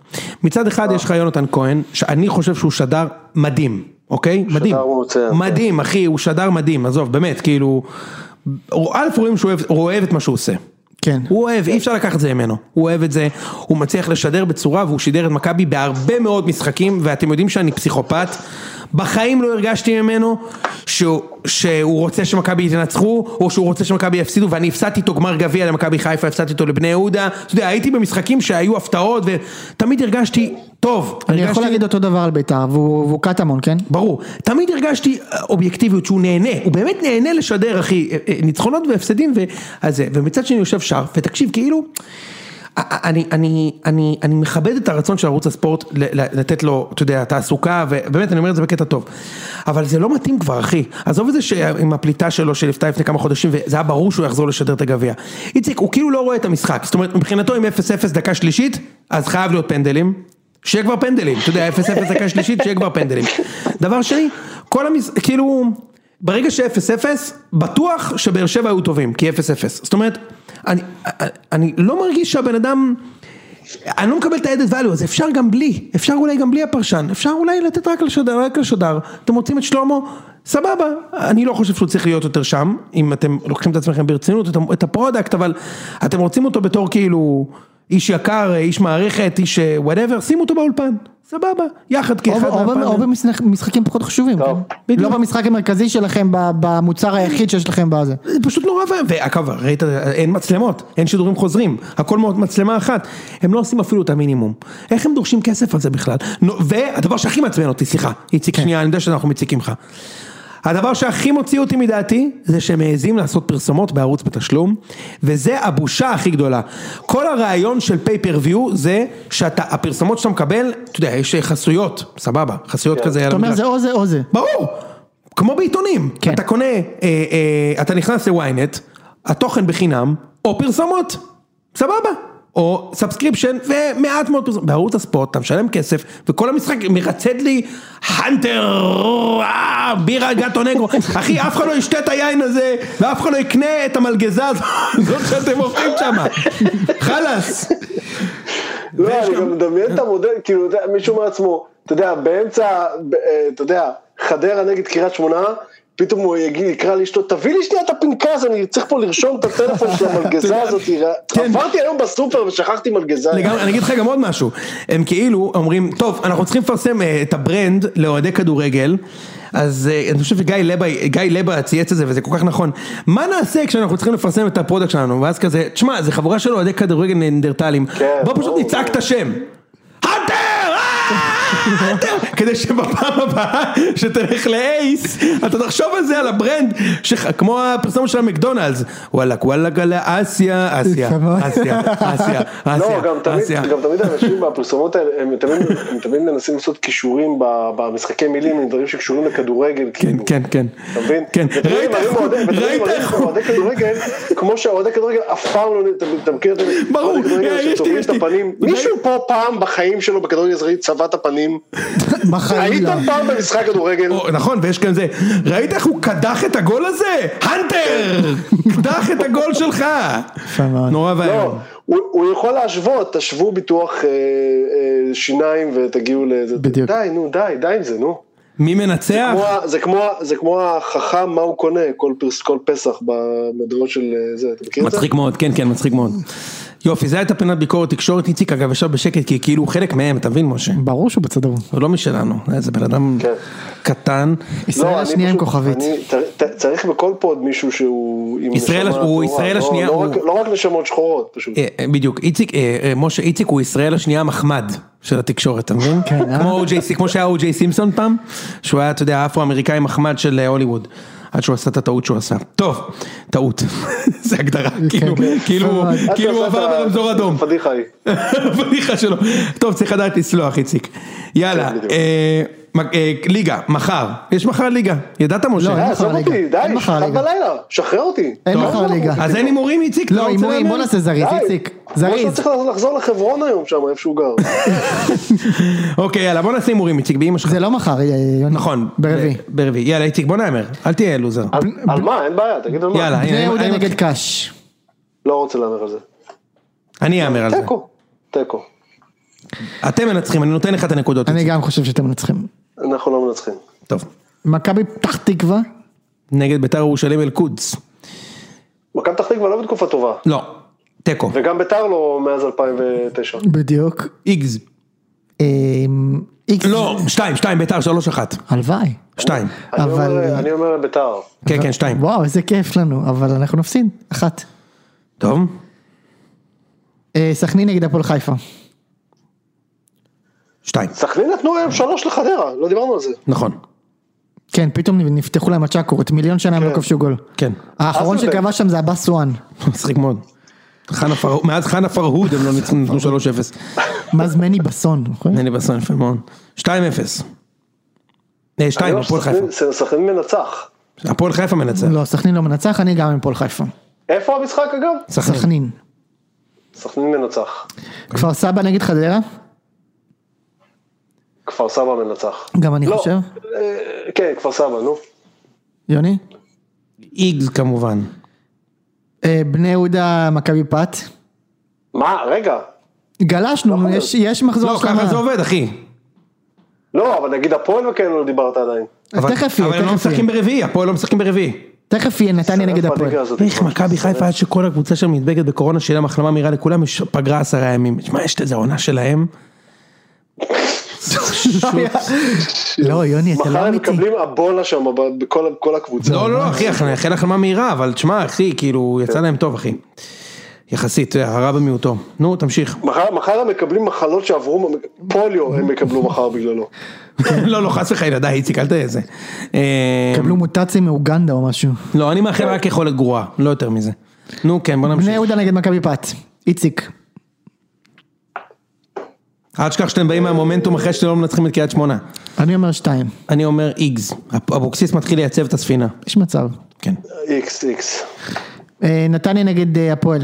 מצד אחד יש לך יונתן כהן, שאני חושב שהוא שדר מדהים, אוקיי? מדהים. מרוצה, כן. מדהים, אחי, הוא שדר מדהים, עזוב, באמת, כאילו... א' רואים שהוא אוהב- הוא אוהב את מה שהוא עושה. כן. הוא אוהב, אי אפשר לקחת את זה ממנו. הוא אוהב את זה, הוא מצליח לשדר בצורה, והוא שידר את מכבי בהרבה מאוד משחקים, ואתם יודעים שאני פסיכופת. בחיים לא הרגשתי ממנו שהוא, שהוא רוצה שמכבי תנצחו, או שהוא רוצה שמכבי יפסידו, ואני הפסדתי איתו גמר גביע למכבי חיפה, הפסדתי אותו לבני יהודה. אתה יודע, הייתי במשחקים שהיו הפתעות, ותמיד הרגשתי טוב. אני יכול הרגשתי- להגיד אותו דבר על בית"ר, והוא והוא קטמון, כן? ברור, תמיד הרגשתי אה, אובייקטיביות שהוא נהנה, הוא באמת נהנה לשדר אחי, אה, אה, ניצחונות והפסדים וזה, ומצד שני יושב שר, ותקשיב כאילו, א- א- אני, אני, אני, אני מכבד את הרצון של ערוץ הספורט ל- ל- לתת לו, אתה יודע, תעסוקה, ובאמת אני אומר את זה בקטע טוב, אבל זה לא מתאים כבר אחי, עזוב את זה שעם הפליטה שלו שנפתה לפני כמה חודשים, וזה היה ברור שהוא יחזור לשדר את הגביע, איציק, הוא כאילו לא רואה את המשחק, זאת אומרת מבחינתו אם 0-0 דקה שלישית, אז חייב להיות פנדלים. שיהיה כבר פנדלים, אתה יודע, 0-0 דקה שלישית, שיהיה כבר פנדלים. דבר שני, כל המס... כאילו, ברגע ש-0-0, בטוח שבאר שבע היו טובים, כי 0-0. זאת אומרת, אני, אני לא מרגיש שהבן אדם... אני לא מקבל את ה-added value הזה, אפשר גם בלי, אפשר אולי גם בלי הפרשן, אפשר אולי לתת רק לשדר, רק לשדר, אתם רוצים את שלמה, סבבה, אני לא חושב שהוא צריך להיות יותר שם, אם אתם לוקחים את עצמכם ברצינות, את ה- את הפרודקט, אבל אתם רוצים אותו בתור כאילו איש יקר, איש מערכת, איש וואטאבר, שימו אותו באולפן, סבבה, יחד או- כאחד או ב- או מהפאנל. במשחקים פחות חשובים, טוב. כן? לא במשחק המרכזי שלכם, ב- במוצר היחיד שיש לכם בזה. זה פשוט נורא ואיום, ואגב, ראית, אין מצלמות, אין שידורים חוזרים, הכל מאוד מצלמה אחת, הם לא עושים אפילו את המינימום. איך הם דורשים כסף על זה בכלל? נו, והדבר שהכי מעצבן אותי, סליחה, כן. איציק שנייה, אני יודע שאנחנו מציקים לך. הדבר שהכי מוציא אותי מדעתי, זה שהם מעזים לעשות פרסומות בערוץ בתשלום, וזה הבושה הכי גדולה. כל הרעיון של פייפריוויו זה שהפרסומות שאתה מקבל, אתה יודע, יש חסויות, סבבה, חסויות כזה על כן. אתה אומר המגרש. זה או זה או זה. ברור, כמו בעיתונים, כן. כן. אתה קונה, אה, אה, אתה נכנס לוויינט, התוכן בחינם, או פרסומות, סבבה, או סאבסקריפשן ומעט מאוד פרסומות, בערוץ הספורט אתה משלם כסף, וכל המשחק מרצד לי, הנטר, אה, בירה גטו נגרו, אחי אף אחד לא ישתה את היין הזה, ואף אחד לא יקנה את המלגזה הזאת- הזאת שאתם אוכלים שם, חלאס. לא, אני גם מדמיין את המודל, כאילו, אתה יודע, מישהו מעצמו, אתה יודע, באמצע, ב- אה, אתה יודע, חדרה נגד קריית שמונה, פתאום הוא יגיד, יקרא לאשתו, תביא לי שנייה את הפנקס, אני צריך פה לרשום את הטלפון של המלגזה הזאת, כן. עברתי היום בסופר ושכחתי מלגזה. לגמרי, אני אגיד לך גם עוד משהו, הם כאילו אומרים, טוב, אנחנו צריכים לפרסם אה, את הברנד לאוהדי כדורגל, אז אה, אני חושב שגיא לבה, גיא לבה צייץ את זה וזה כל כך נכון, מה נעשה כשאנחנו צריכים לפרסם את הפרודקט שלנו, ואז כזה, תשמע, זה חבורה של אוהדי כדורגל ננדרטלים, כן, בוא פשוט ברור. נצעק את השם. "הנטר! אה, הנטר!" כדי שבפעם הבאה שתלך לאייס, אתה תחשוב על זה, על הברנד, שח- כמו הפרסומת של המקדונלדס, וואלק וואלק על אסיה, אסיה, אסיה, אסיה, אסיה. לא, גם תמיד, אסיה. גם תמיד אנשים בפרסומות האלה, הם תמיד, הם תמיד מנסים לעשות קישורים ב- במשחקי מילים עם דברים שקשורים לכדורגל, כן, כאילו. כן, כן. אתה מבין? כן. ותמיד ראית מראים איך הוא, אוהדי- ותמיד ראית מראים איך הוא. אוהדי כדורגל, כמו שהאוהדי כדורגל אף פעם לא, אתה- אתה מכיר את זה? ברור, אוהדי כדורגל אה, יש לי, שצובעים יש את לי. הפנים. מישהו פה פעם בחיים שלו בכדורגל הישראלי צבע את הפנים? בחיים לא. הייתם פעם במשחק כדורגל? או, נכון, ויש גם זה. ראית איך הוא קדח את הגול הזה? הנטר! קדח את הגול שלך! יפה מאוד. נורא לא, ואיום. הוא, הוא יכול להשוות, תשוו ביטוח אה, אה, שיניים ותגיעו לזה. בדיוק. די, נו, די, די עם זה, נו. מי מנצח? כמו ה- זה כמו, ה- זה כמו החכם מה הוא קונה כל, פרס, כל פסח במדורות של אה, זה, אתה מכיר את זה? מצחיק מאוד, כן, כן, מצחיק מאוד. יופי, זה הייתה פינת ביקורת תקשורת, איציק אגב ישב בשקט, כי כאילו הוא חלק מהם, אתה מבין משה? ברור שהוא בצד ההוא. הוא לא משלנו, איזה בן אדם כן. קטן. ישראל לא, אני השנייה עם פשוט- כוכבית. אני- ת- ת- צריך בכל פוד מישהו שהוא... עם ישראל- נשמה הוא טהורה, ישראל לא- השנייה, לא הוא- רק- לא רק נשמות שחורות, פשוט. אה, אה, בדיוק, איציק, אה, אה, משה איציק הוא ישראל השנייה המחמד של התקשורת, אתה מבין? כן, אה? כמו או.ג'יי סי- כמו שהיה או.ג'יי סימפסון פעם, שהוא היה, אתה יודע, האפרו-אמריקאי מחמד של אה, הוליווד. עד שהוא עשה את הטעות שהוא עשה. טוב, טעות. זה הגדרה, כאילו, כן. כאילו, עד שהוא כאילו הוא אתה עבר עושה את ה- ברמזור אדום. פדיחה היא. הפדיחה שלו. טוב, צריך לדעת לסלוח, איציק. יאללה, כן, בדיוק. אה, מ- אה, ליגה, מחר. יש מחר ליגה. ידעת, לא, משה? אין אה, מחר עזוב ליגה. אותי, די, אין מחר שתיים ליגה. בלילה, שחרר אותי. אין לא מחר עזוב ליגה. אותי. אז אין הימורים, איציק? אתה לא, רוצה הימורים, בוא להמר? נעשה זריז, די. לא איציק, כמו שהוא זריז. צריך לחזור לחברון היום שם, איפה שהוא גר. אוקיי, יאללה, בוא נעשה הימורים, איציק, באמא שלך. זה לא מחר, אה, יוני. נכון. ברביעי. ב- ברביעי. יאללה, איציק, בוא נהמר. אל תהיה לוזר. על- על מה? אין בעיה, תגיד על מה. יאללה, בני אני- יהודה אני- נגד קאש. לא רוצה להמר על זה. אני אהמר על זה. תיקו, תיקו. אתם מנצחים, אני נותן לך את הנקודות. אני איציק. גם חושב שאתם מנצחים. אנחנו לא מנצחים. טוב. מכבי פתח תקווה. נגד ביתר ירושלים אל-קודס. מכבי פתח תקווה לא בתקופה טובה. לא. תיקו. וגם ביתר לא מאז 2009. בדיוק. איגז. אמ, איקס. לא, שתיים, שתיים, ביתר, שלוש, אחת. הלוואי. שתיים. אני אומר- אבל- אני אומר ביתר. כן, כן, שתיים. וואו, איזה כיף לנו, אבל אנחנו נפסיד. אחת. טוב. אה, סכנין נגד הפועל חיפה. שתיים. סכנין נתנו היום שלוש לחדרה, לא דיברנו על זה. נכון. כן. כן, פתאום נפתחו להם הצ'קורות, מיליון שנה הם לא כן. כבשו גול. כן. האחרון אז זה- שכבש שם זה עבאס סואן. מצחיק מאוד. חנה פר- מאז חנה פרהוד הם לא ניצחו, נתנו 3-0. מה זה מני בסון, נכון? נני בסון יפה מאוד. 2-0. אה, אני שתיים, אומר הפועל שסכנין- חיפה. סכנין מנצח. הפועל חיפה מנצח. לא, סכנין לא מנצח, אני גם עם הפועל חיפה. איפה המשחק אגב? לא. סכנין. כן. סכנין. סכנין מנצח. כפר סבא נגד חדרה? כפר סבא מנצח. גם אני לא. חושב. אה, כן, כפר סבא, נו. יוני? איגז כמובן. אה, בני יהודה, מכבי פת. מה, רגע. גלשנו, יכול יש- יש מחזור לא, ככה זה השלמה. עובד, אחי. לא, אבל נגיד הפועל וכן לא דיברת עדיין. אבל תכף יהיה, אבל הם לא תכף משחקים לא יהיה. ברביעי, הפועל לא משחקים ברביעי. תכף יהיה נתניה נגד איפה הפועל. הליגה הזאת? איך מכבי חיפה עד שכל הקבוצה שם נדבקת בקורונה, שיהיה לה מחלמה מהירה לכולם, יש פגרה עשרה ימים. תשמע, יש איזה עונה שלהם. לא, יוני, אתה מחר לא הם אמיתי. מקבלים אבולה שם, ב- בכל בכל הקבוצה. אה, לא, לא, אחי, אחי, החלמה מהירה, אבל תשמע, אחי, כאילו, יצא להם טוב, אחי. יחסית, אתה יודע, הרע במיעוטו. נו, תמשיך. מחר- מחר הם מקבלים מחלות שעברו, פוליו הם יקבלו מחר בגללו. לא, לא, חס וחלילה, די, איציק, אל תהיה איזה. קבלו מוטציה מאוגנדה או משהו. לא, כן. אני מאחל רק יכולת גרועה, לא יותר מזה. נו, כן, בוא בני נמשיך. יהודה נגד מכבי פת. איציק. אל תשכח שאתם באים מהמומנטום אחרי שאתם לא מנצחים את קריית שמונה. אני אומר שתיים. אני אומר איגז, אבוקסיס מתחיל לייצב את הספינה. יש מצב. כן. איקס, איקס. אה, נתניה נגד אה, הפועל.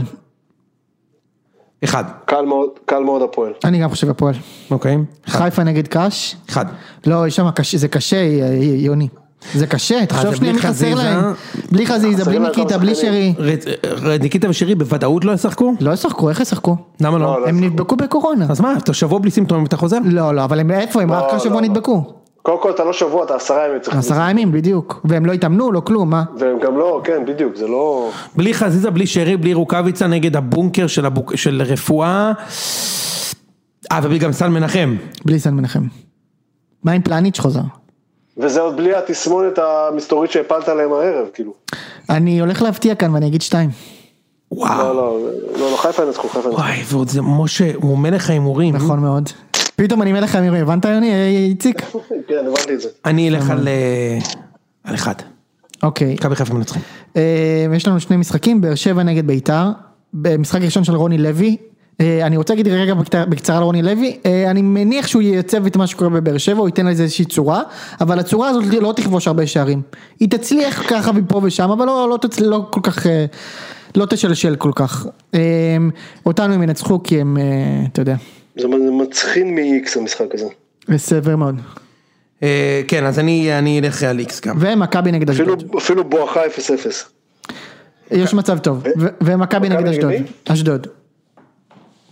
אחד, קל מאוד, קל מאוד הפועל. אני גם חושב הפועל. אוקיי? חיפה נגד קאש. אחד. לא, יש שם קשה, זה קשה, אה, יוני. זה אה, קשה, תחשוב זה שנייה מי בלי חסר חזיזה. להם. בלי חזיזה, בלי חסרים להם ניקיטה, כמה בלי שרי. שחקנים. רצ- ר- ניקית ושירי בוודאות לא ישחקו? לא ישחקו, איך ישחקו? למה לא? לא, לא. הם נדבקו בקורונה. אז מה, אתה שבוע בלי סימפטומים ואתה חוזר? לא, לא, אבל הם איפה, הם רק לא, כל שבוע לא, לא. נדבקו. קודם כל אתה לא שבוע, אתה עשרה ימים צריך. עשרה ימים, בדיוק. והם לא התאמנו, לא כלום, מה? והם גם לא, כן, בדיוק, זה לא... בלי חזיזה, בלי שרי, בלי רוקאביצה נגד הבונקר של, הבוק... של רפואה. אה, ובלי גם סל מנחם. בלי סן מנחם. מה עם פלניץ' חוזר? וזה עוד בלי התסמונת המסתורית שהפלת עליהם הערב, כאילו. אני הולך להפתיע כאן ואני אגיד שתיים. וואו. לא, לא, לא, לא, חיפה ינצחו, חיפה ינצחו. וואי, ועוד זה משה, הוא מלך ההימורים. נכון מאוד. פתאום אני מלך האמירים, הבנת יוני? אה, איציק? כן, הבנתי את זה. אני אלך על... אה, על אחד. אוקיי. מכבי חיפה מנצחים. אה, יש לנו שני משחקים, באר שבע נגד ביתר, במשחק ראשון של רוני לוי, אה, אני רוצה להגיד רגע בקט- בקצרה על רוני לוי, אה, אני מניח שהוא ייצב את מה שקורה בבאר שבע, הוא ייתן לזה איזושהי צורה, אבל הצורה הזאת לא תכבוש הרבה שערים, היא תצליח ככה מפה ושם, אבל לא, לא, תצל, לא כל כך, אה, לא תשלשל כל כך, אה, אותנו הם ינצחו כי הם, אה, אתה יודע, זה מצחין מ-X המשחק הזה. סבר מאוד, אה, כן, אז אני אני אלך על איקס גם. ומכבי נגד אפילו, אשדוד, אפילו בואכה 0-0. יש מצב טוב, ו- ומכבי נגד אה? מכבי נגד אשדוד, מי? אשדוד,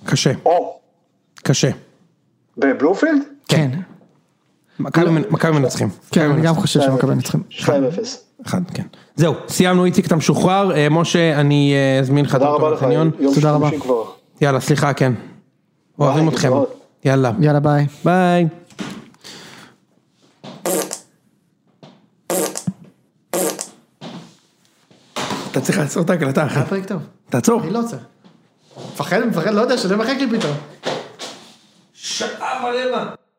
קשה, או, קשה. בבלומפילד? כן, מכבי מנ- מכבי מנצחים. כן, מכבי אני גם מנצחים. אה, חושב שמכבי נצחים. 2-0. אחד, כן. זהו, סיימנו, איציק, אתה משוחרר. אה, משה, אני אה, אזמין לך את תודה רבה אותו לך, לחניון. יום תודה שלישי רבה. כבר. יאללה, סליחה, כן. אוהבים ביי, אתכם. נתראות. יאללה. יאללה ביי. ביי. אתה צריך לעצור את ההקלטה אחי. פרק טוב. תעצור. אני לא רוצה. מפחד, מפחד, לא יודע, שזה מחק לי פתאום. שעה מלא מה.